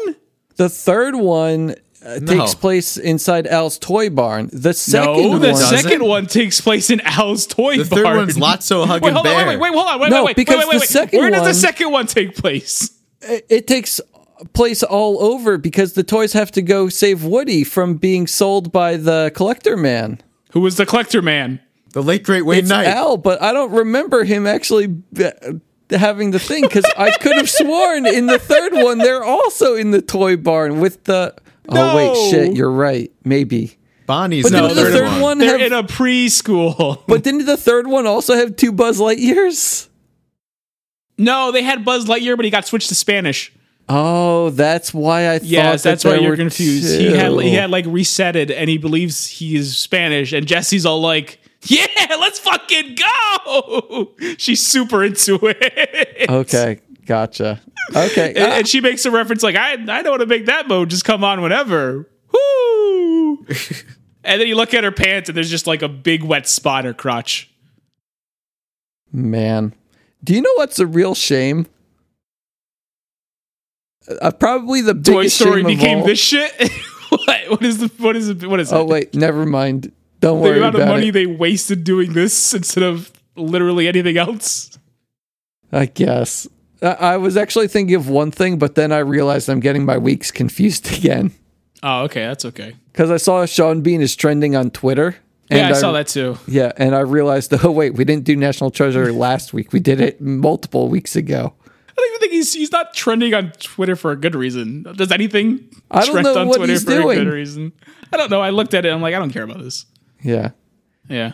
Speaker 1: The third one uh,
Speaker 2: No.
Speaker 1: takes place inside Al's toy barn. The second
Speaker 3: no,
Speaker 1: one,
Speaker 3: the
Speaker 2: doesn't.
Speaker 3: second one takes place in Al's toy
Speaker 2: The
Speaker 3: barn.
Speaker 2: third one's Lotso hugging
Speaker 3: Wait, hold
Speaker 2: bear.
Speaker 3: on, wait, wait, wait, hold on, wait,
Speaker 1: No,
Speaker 3: wait, wait,
Speaker 1: because
Speaker 3: wait, wait,
Speaker 1: the
Speaker 3: wait.
Speaker 1: second
Speaker 3: Where does the
Speaker 1: one-
Speaker 3: second one take place?
Speaker 1: it, uh, it takes place all over because the toys have to go save Woody from being sold by the collector man.
Speaker 3: Who was the collector man?
Speaker 2: The late great Wayne
Speaker 1: It's
Speaker 2: Knight.
Speaker 1: Al, but I don't remember him actually b- having the thing because I could have sworn in the third one they're also in the toy barn with the. Oh
Speaker 3: No.
Speaker 1: wait, shit! You're right. Maybe.
Speaker 2: Bonnie's
Speaker 1: But
Speaker 2: in
Speaker 1: then
Speaker 2: the
Speaker 1: the
Speaker 2: third,
Speaker 1: third
Speaker 2: one.
Speaker 1: one
Speaker 3: They're
Speaker 1: have,
Speaker 3: in a preschool.
Speaker 1: but didn't the third one also have two Buzz Lightyears?
Speaker 3: no, they had Buzz Lightyear, but he got switched to Spanish.
Speaker 1: Oh, that's why I thought.
Speaker 3: Yes,
Speaker 1: that
Speaker 3: that's why
Speaker 1: there
Speaker 3: you're
Speaker 1: were
Speaker 3: confused. He had
Speaker 1: two.
Speaker 3: he had like resetted, and he believes he is Spanish. And Jesse's all like, "Yeah, let's fucking go." She's super into it.
Speaker 1: Okay, gotcha. Okay,
Speaker 3: and,
Speaker 1: ah,
Speaker 3: and she makes a reference like, "I I know how to make that mode. Just come on whenever." Woo! and then you look at her pants, and there's just like a big wet spot in her crotch.
Speaker 1: man. Do you know what's a real shame? Uh, probably the biggest
Speaker 3: Toy Story
Speaker 1: shame of
Speaker 3: became
Speaker 1: all-
Speaker 3: this shit. what? What is the? What is the? What is it?
Speaker 1: Oh wait, never mind. Don't
Speaker 3: the
Speaker 1: worry
Speaker 3: amount
Speaker 1: about
Speaker 3: of money
Speaker 1: it.
Speaker 3: they wasted doing this instead of literally anything else.
Speaker 1: I guess. I I was actually thinking of one thing, but then I realized I'm getting my weeks confused again
Speaker 3: Oh, okay, that's okay.
Speaker 1: because I saw Sean Bean is trending on Twitter. And
Speaker 3: yeah, I saw that too.
Speaker 1: Yeah, and I realized, oh wait, we didn't do National Treasure last week. We did it multiple weeks ago.
Speaker 3: I don't even think he's he's not trending on Twitter for a good reason. Does anything
Speaker 1: I don't
Speaker 3: trend
Speaker 1: know
Speaker 3: on
Speaker 1: what
Speaker 3: Twitter
Speaker 1: he's
Speaker 3: for
Speaker 1: doing.
Speaker 3: a good reason? I don't know. I looked at it. I'm like, I don't care about this.
Speaker 1: Yeah.
Speaker 3: Yeah.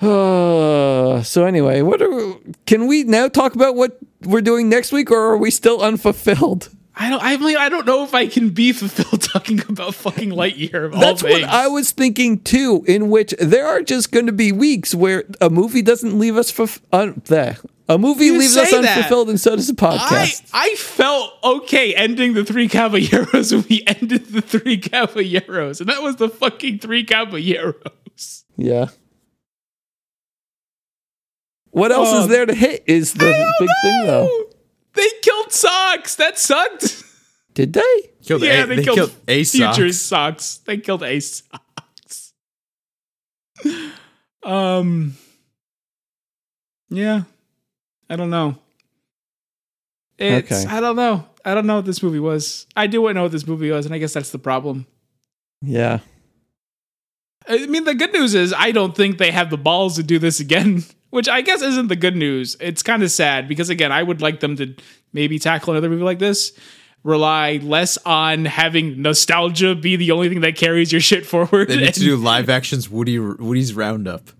Speaker 1: Uh, so anyway, what are we- can we now talk about what we're doing next week, or are we still unfulfilled?
Speaker 3: I don't. I mean, I don't know if I can be fulfilled talking about fucking Lightyear of all
Speaker 1: That's
Speaker 3: things.
Speaker 1: what I was thinking too. In which there are just going to be weeks where a movie doesn't leave us for un- bleh. a movie
Speaker 3: You
Speaker 1: leaves us
Speaker 3: say that.
Speaker 1: unfulfilled, and so does a
Speaker 3: I,
Speaker 1: podcast.
Speaker 3: I felt okay ending the three caballeros when we ended the three caballeros, and that was the fucking three caballeros.
Speaker 1: yeah. What else
Speaker 3: Oh.
Speaker 1: is there to hit? Is the big thing though?
Speaker 3: They killed socks. That sucked.
Speaker 1: Did they?
Speaker 2: Killed
Speaker 3: yeah,
Speaker 2: a,
Speaker 3: they,
Speaker 2: they
Speaker 3: killed,
Speaker 2: killed Ace
Speaker 3: future
Speaker 2: Socks.
Speaker 3: socks. They killed Ace socks. um, yeah, I don't know. It's
Speaker 1: Okay.
Speaker 3: I don't know. I don't know what this movie was. I do know what this movie was, and I guess that's the problem.
Speaker 1: Yeah.
Speaker 3: I mean, the good news is I don't think they have the balls to do this again, which I guess isn't the good news. It's kind of sad because, again, I would like them to maybe tackle another movie like this, rely less on having nostalgia be the only thing that carries your shit forward.
Speaker 2: They need to
Speaker 3: and-
Speaker 2: do live actions Woody Woody's Roundup.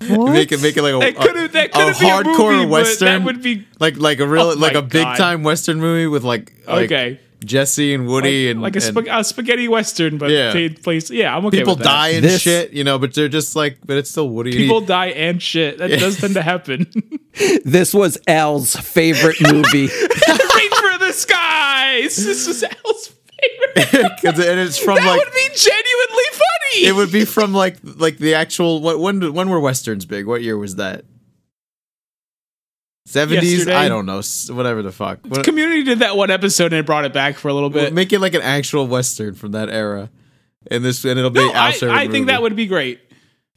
Speaker 2: Make it make it like a,
Speaker 3: that could have
Speaker 2: a,
Speaker 3: that
Speaker 2: a
Speaker 3: could be
Speaker 2: hardcore
Speaker 3: a movie,
Speaker 2: western.
Speaker 3: But that would be
Speaker 2: like like a real
Speaker 3: Oh
Speaker 2: like
Speaker 3: my
Speaker 2: a big
Speaker 3: God.
Speaker 2: time western movie with like, like
Speaker 3: okay,
Speaker 2: Jesse and Woody and
Speaker 3: like a,
Speaker 2: and
Speaker 3: spag- a spaghetti western, but
Speaker 2: Yeah.
Speaker 3: take place. Yeah, I'm okay.
Speaker 2: people
Speaker 3: with that.
Speaker 2: die and
Speaker 1: This-
Speaker 2: shit, you know, but they're just like but it's still Woody. and he-
Speaker 3: People die and shit. That does tend to happen.
Speaker 1: This was Al's favorite movie.
Speaker 3: Reach for the skies. This was Al's favorite.
Speaker 2: 'cause- and it's from
Speaker 3: that
Speaker 2: like
Speaker 3: would be genuinely funny.
Speaker 2: it would be from like like the actual what when when were westerns big? What year was that? 70s,
Speaker 3: Yesterday.
Speaker 2: I don't know, s- whatever the fuck. What-
Speaker 3: Community did that one episode and it brought it back for a little bit.
Speaker 2: make it like an actual western from that era. And this and it'll
Speaker 3: No,
Speaker 2: be
Speaker 3: I,
Speaker 2: Al Sherwood
Speaker 3: I think that
Speaker 2: movie.
Speaker 3: would be great.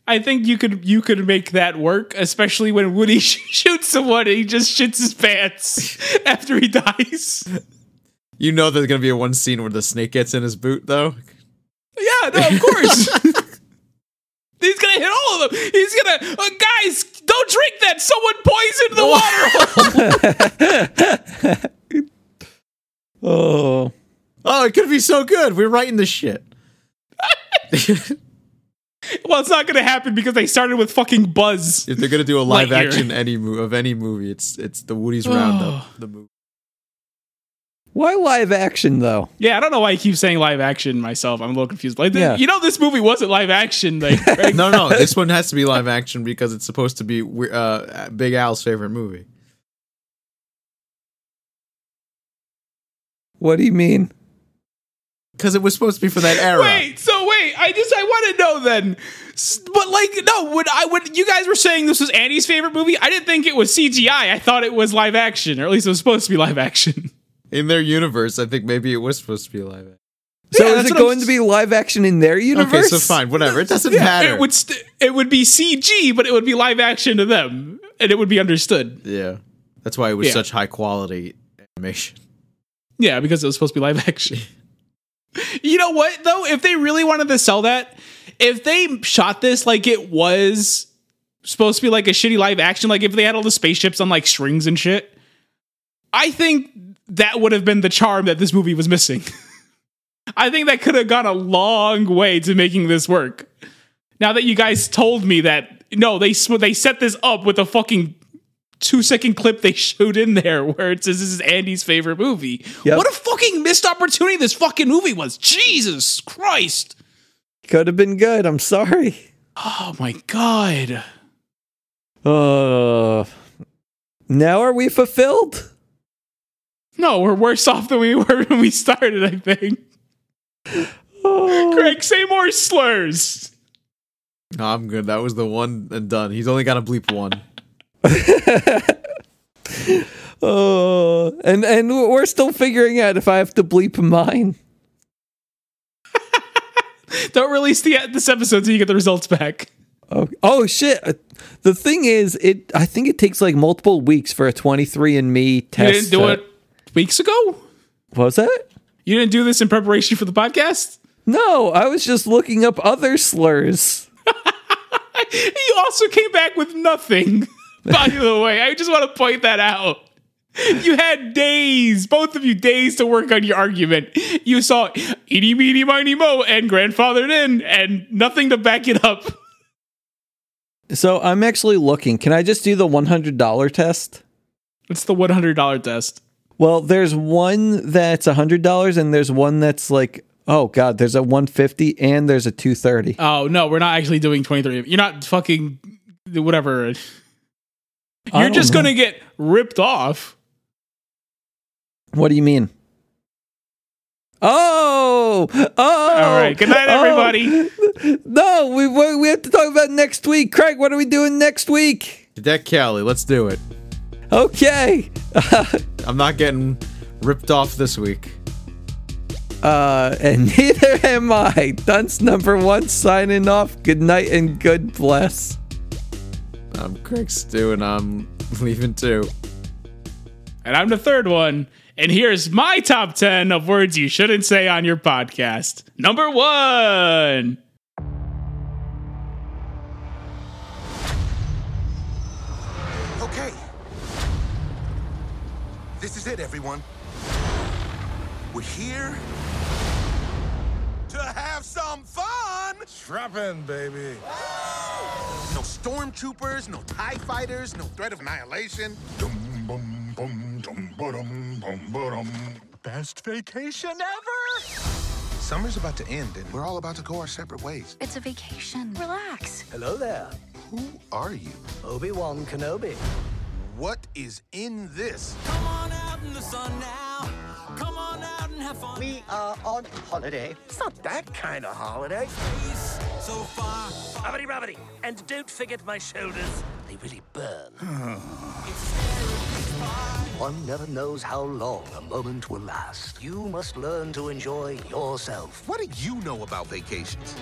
Speaker 3: I think you could you could make that work, especially when Woody shoots someone and he just shits his pants after he dies.
Speaker 2: You know there's going to be a one scene where the snake gets in his boot though.
Speaker 3: Yeah, no, of course. He's gonna hit all of them. He's gonna, uh, guys, don't drink that. Someone poisoned the water.
Speaker 1: oh.
Speaker 2: Oh, it could be so good. We're writing this shit.
Speaker 3: well, it's not gonna happen because they started with fucking Buzz.
Speaker 2: If they're gonna do a live
Speaker 3: Lightyear.
Speaker 2: action any mo- of any movie, it's it's the Woody's
Speaker 3: Oh.
Speaker 2: Roundup. the movie.
Speaker 1: Why live action though?
Speaker 3: Yeah, I don't know why I keep saying live action myself. I'm a little confused. Like, th-
Speaker 1: Yeah.
Speaker 3: you know, this movie wasn't live action. Like, right?
Speaker 2: No, no, this one has to be live action because it's supposed to be we- uh, Big Al's favorite movie.
Speaker 1: What do you mean?
Speaker 2: Because it was supposed to be for that era.
Speaker 3: Wait, so wait, I just I want to know then. S- But like, no, would I would you guys were saying this was Annie's favorite movie? I didn't think it was CGI. I thought it was live action, or at least it was supposed to be live action.
Speaker 2: In their universe, I think maybe it was supposed to be live. action.
Speaker 1: So
Speaker 3: Yeah,
Speaker 1: is
Speaker 3: that's
Speaker 1: it
Speaker 3: what I'm
Speaker 1: going to be live action in their universe?
Speaker 2: Okay, so fine, whatever. It doesn't matter.
Speaker 3: It would st- it would be CG, but it would be live action to them, and it would be understood.
Speaker 2: yeah, that's why it was
Speaker 3: Yeah.
Speaker 2: such high quality animation.
Speaker 3: Yeah, because it was supposed to be live action. you know what though? If they really wanted to sell that, if they shot this like it was supposed to be like a shitty live action, like if they had all the spaceships on like strings and shit, I think that would have been the charm that this movie was missing. I think that could have gone a long way to making this work. Now that you guys told me that no, they s- they set this up with a fucking two second clip they showed in there where it says this is Andy's favorite movie.
Speaker 1: Yep.
Speaker 3: What a fucking missed opportunity this fucking movie was. Jesus Christ.
Speaker 1: Could have been good. I'm sorry.
Speaker 3: Oh my god.
Speaker 1: Uh, now are we fulfilled?
Speaker 3: No, we're worse off than we were when we started, I think.
Speaker 1: Oh.
Speaker 3: Greg, say more slurs.
Speaker 2: No, I'm good. That was the one and done. He's only got to bleep one.
Speaker 1: Oh, and and we're still figuring out if I have to bleep mine.
Speaker 3: Don't release the this episode till you get the results back.
Speaker 1: Okay. Oh shit! The thing is, it I think it takes like multiple weeks for a 23andMe
Speaker 3: You
Speaker 1: test.
Speaker 3: didn't do
Speaker 1: to-
Speaker 3: it weeks ago?
Speaker 1: What was that?
Speaker 3: You didn't do this in preparation for the podcast?
Speaker 1: No, I was just looking up other slurs.
Speaker 3: You also came back with nothing, by the way. I just want to point that out. You had days, both of you days to work on your argument. You saw eeny, meeny, miny, mo and grandfathered in and nothing to back it up.
Speaker 1: So I'm actually looking. Can I just do the $100 test?
Speaker 3: It's the $100 test.
Speaker 1: Well, there's one that's $100 and there's one that's like oh god, there's a 150 and there's a 230.
Speaker 3: Oh, no, we're not actually doing 23. You're not fucking whatever.
Speaker 1: I
Speaker 3: You're
Speaker 1: don't
Speaker 3: just
Speaker 1: know.
Speaker 3: going to get ripped off.
Speaker 1: What do you mean? Oh, oh!
Speaker 3: All right. Good night,
Speaker 1: oh.
Speaker 3: everybody.
Speaker 1: No, we, we we have to talk about next week. Craig, what are we doing next week?
Speaker 2: Cadet Cali, let's do it.
Speaker 1: Okay.
Speaker 2: I'm not getting ripped off this week.
Speaker 1: Uh, and neither am I. Dunce number one signing off. Good night and good bless.
Speaker 2: I'm Craig Stew and I'm um, leaving too.
Speaker 3: And I'm the third one. And here's my top 10 of words you shouldn't say on your podcast. Number one.
Speaker 4: Okay. This is it, everyone. We're here to have some fun.
Speaker 5: Strapping, baby.
Speaker 4: No stormtroopers, no TIE fighters, no threat of annihilation.
Speaker 5: Dum bum bum dum ba-dum bum ba-dum.
Speaker 4: Best vacation ever! Summer's about to end, and we're all about to go our separate ways.
Speaker 6: It's a vacation. Relax.
Speaker 7: Hello there,
Speaker 4: Who are you?
Speaker 7: Obi-Wan Kenobi.
Speaker 4: What is in this?
Speaker 7: We are on holiday.
Speaker 4: It's not that kind of holiday.
Speaker 7: Rabbity rabbity. And don't forget my shoulders. They really burn. One never knows how long a moment will last. You must learn to enjoy yourself.
Speaker 4: What do you know about vacations?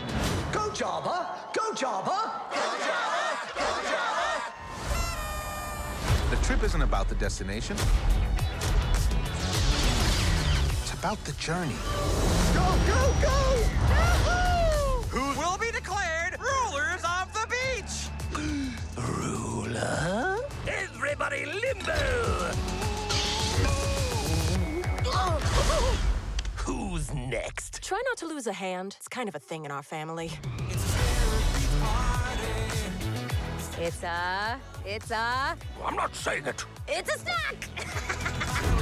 Speaker 7: Go Java! Go Java!
Speaker 4: The trip isn't about the destination. It's about the journey. Go, go, go! Who will be declared rulers of the beach?
Speaker 7: Everybody limbo! Who's next?
Speaker 8: Try not to lose a hand. It's kind of a thing in our family.
Speaker 6: It's a. It's a.
Speaker 7: I'm not saying it.
Speaker 6: It's a snack!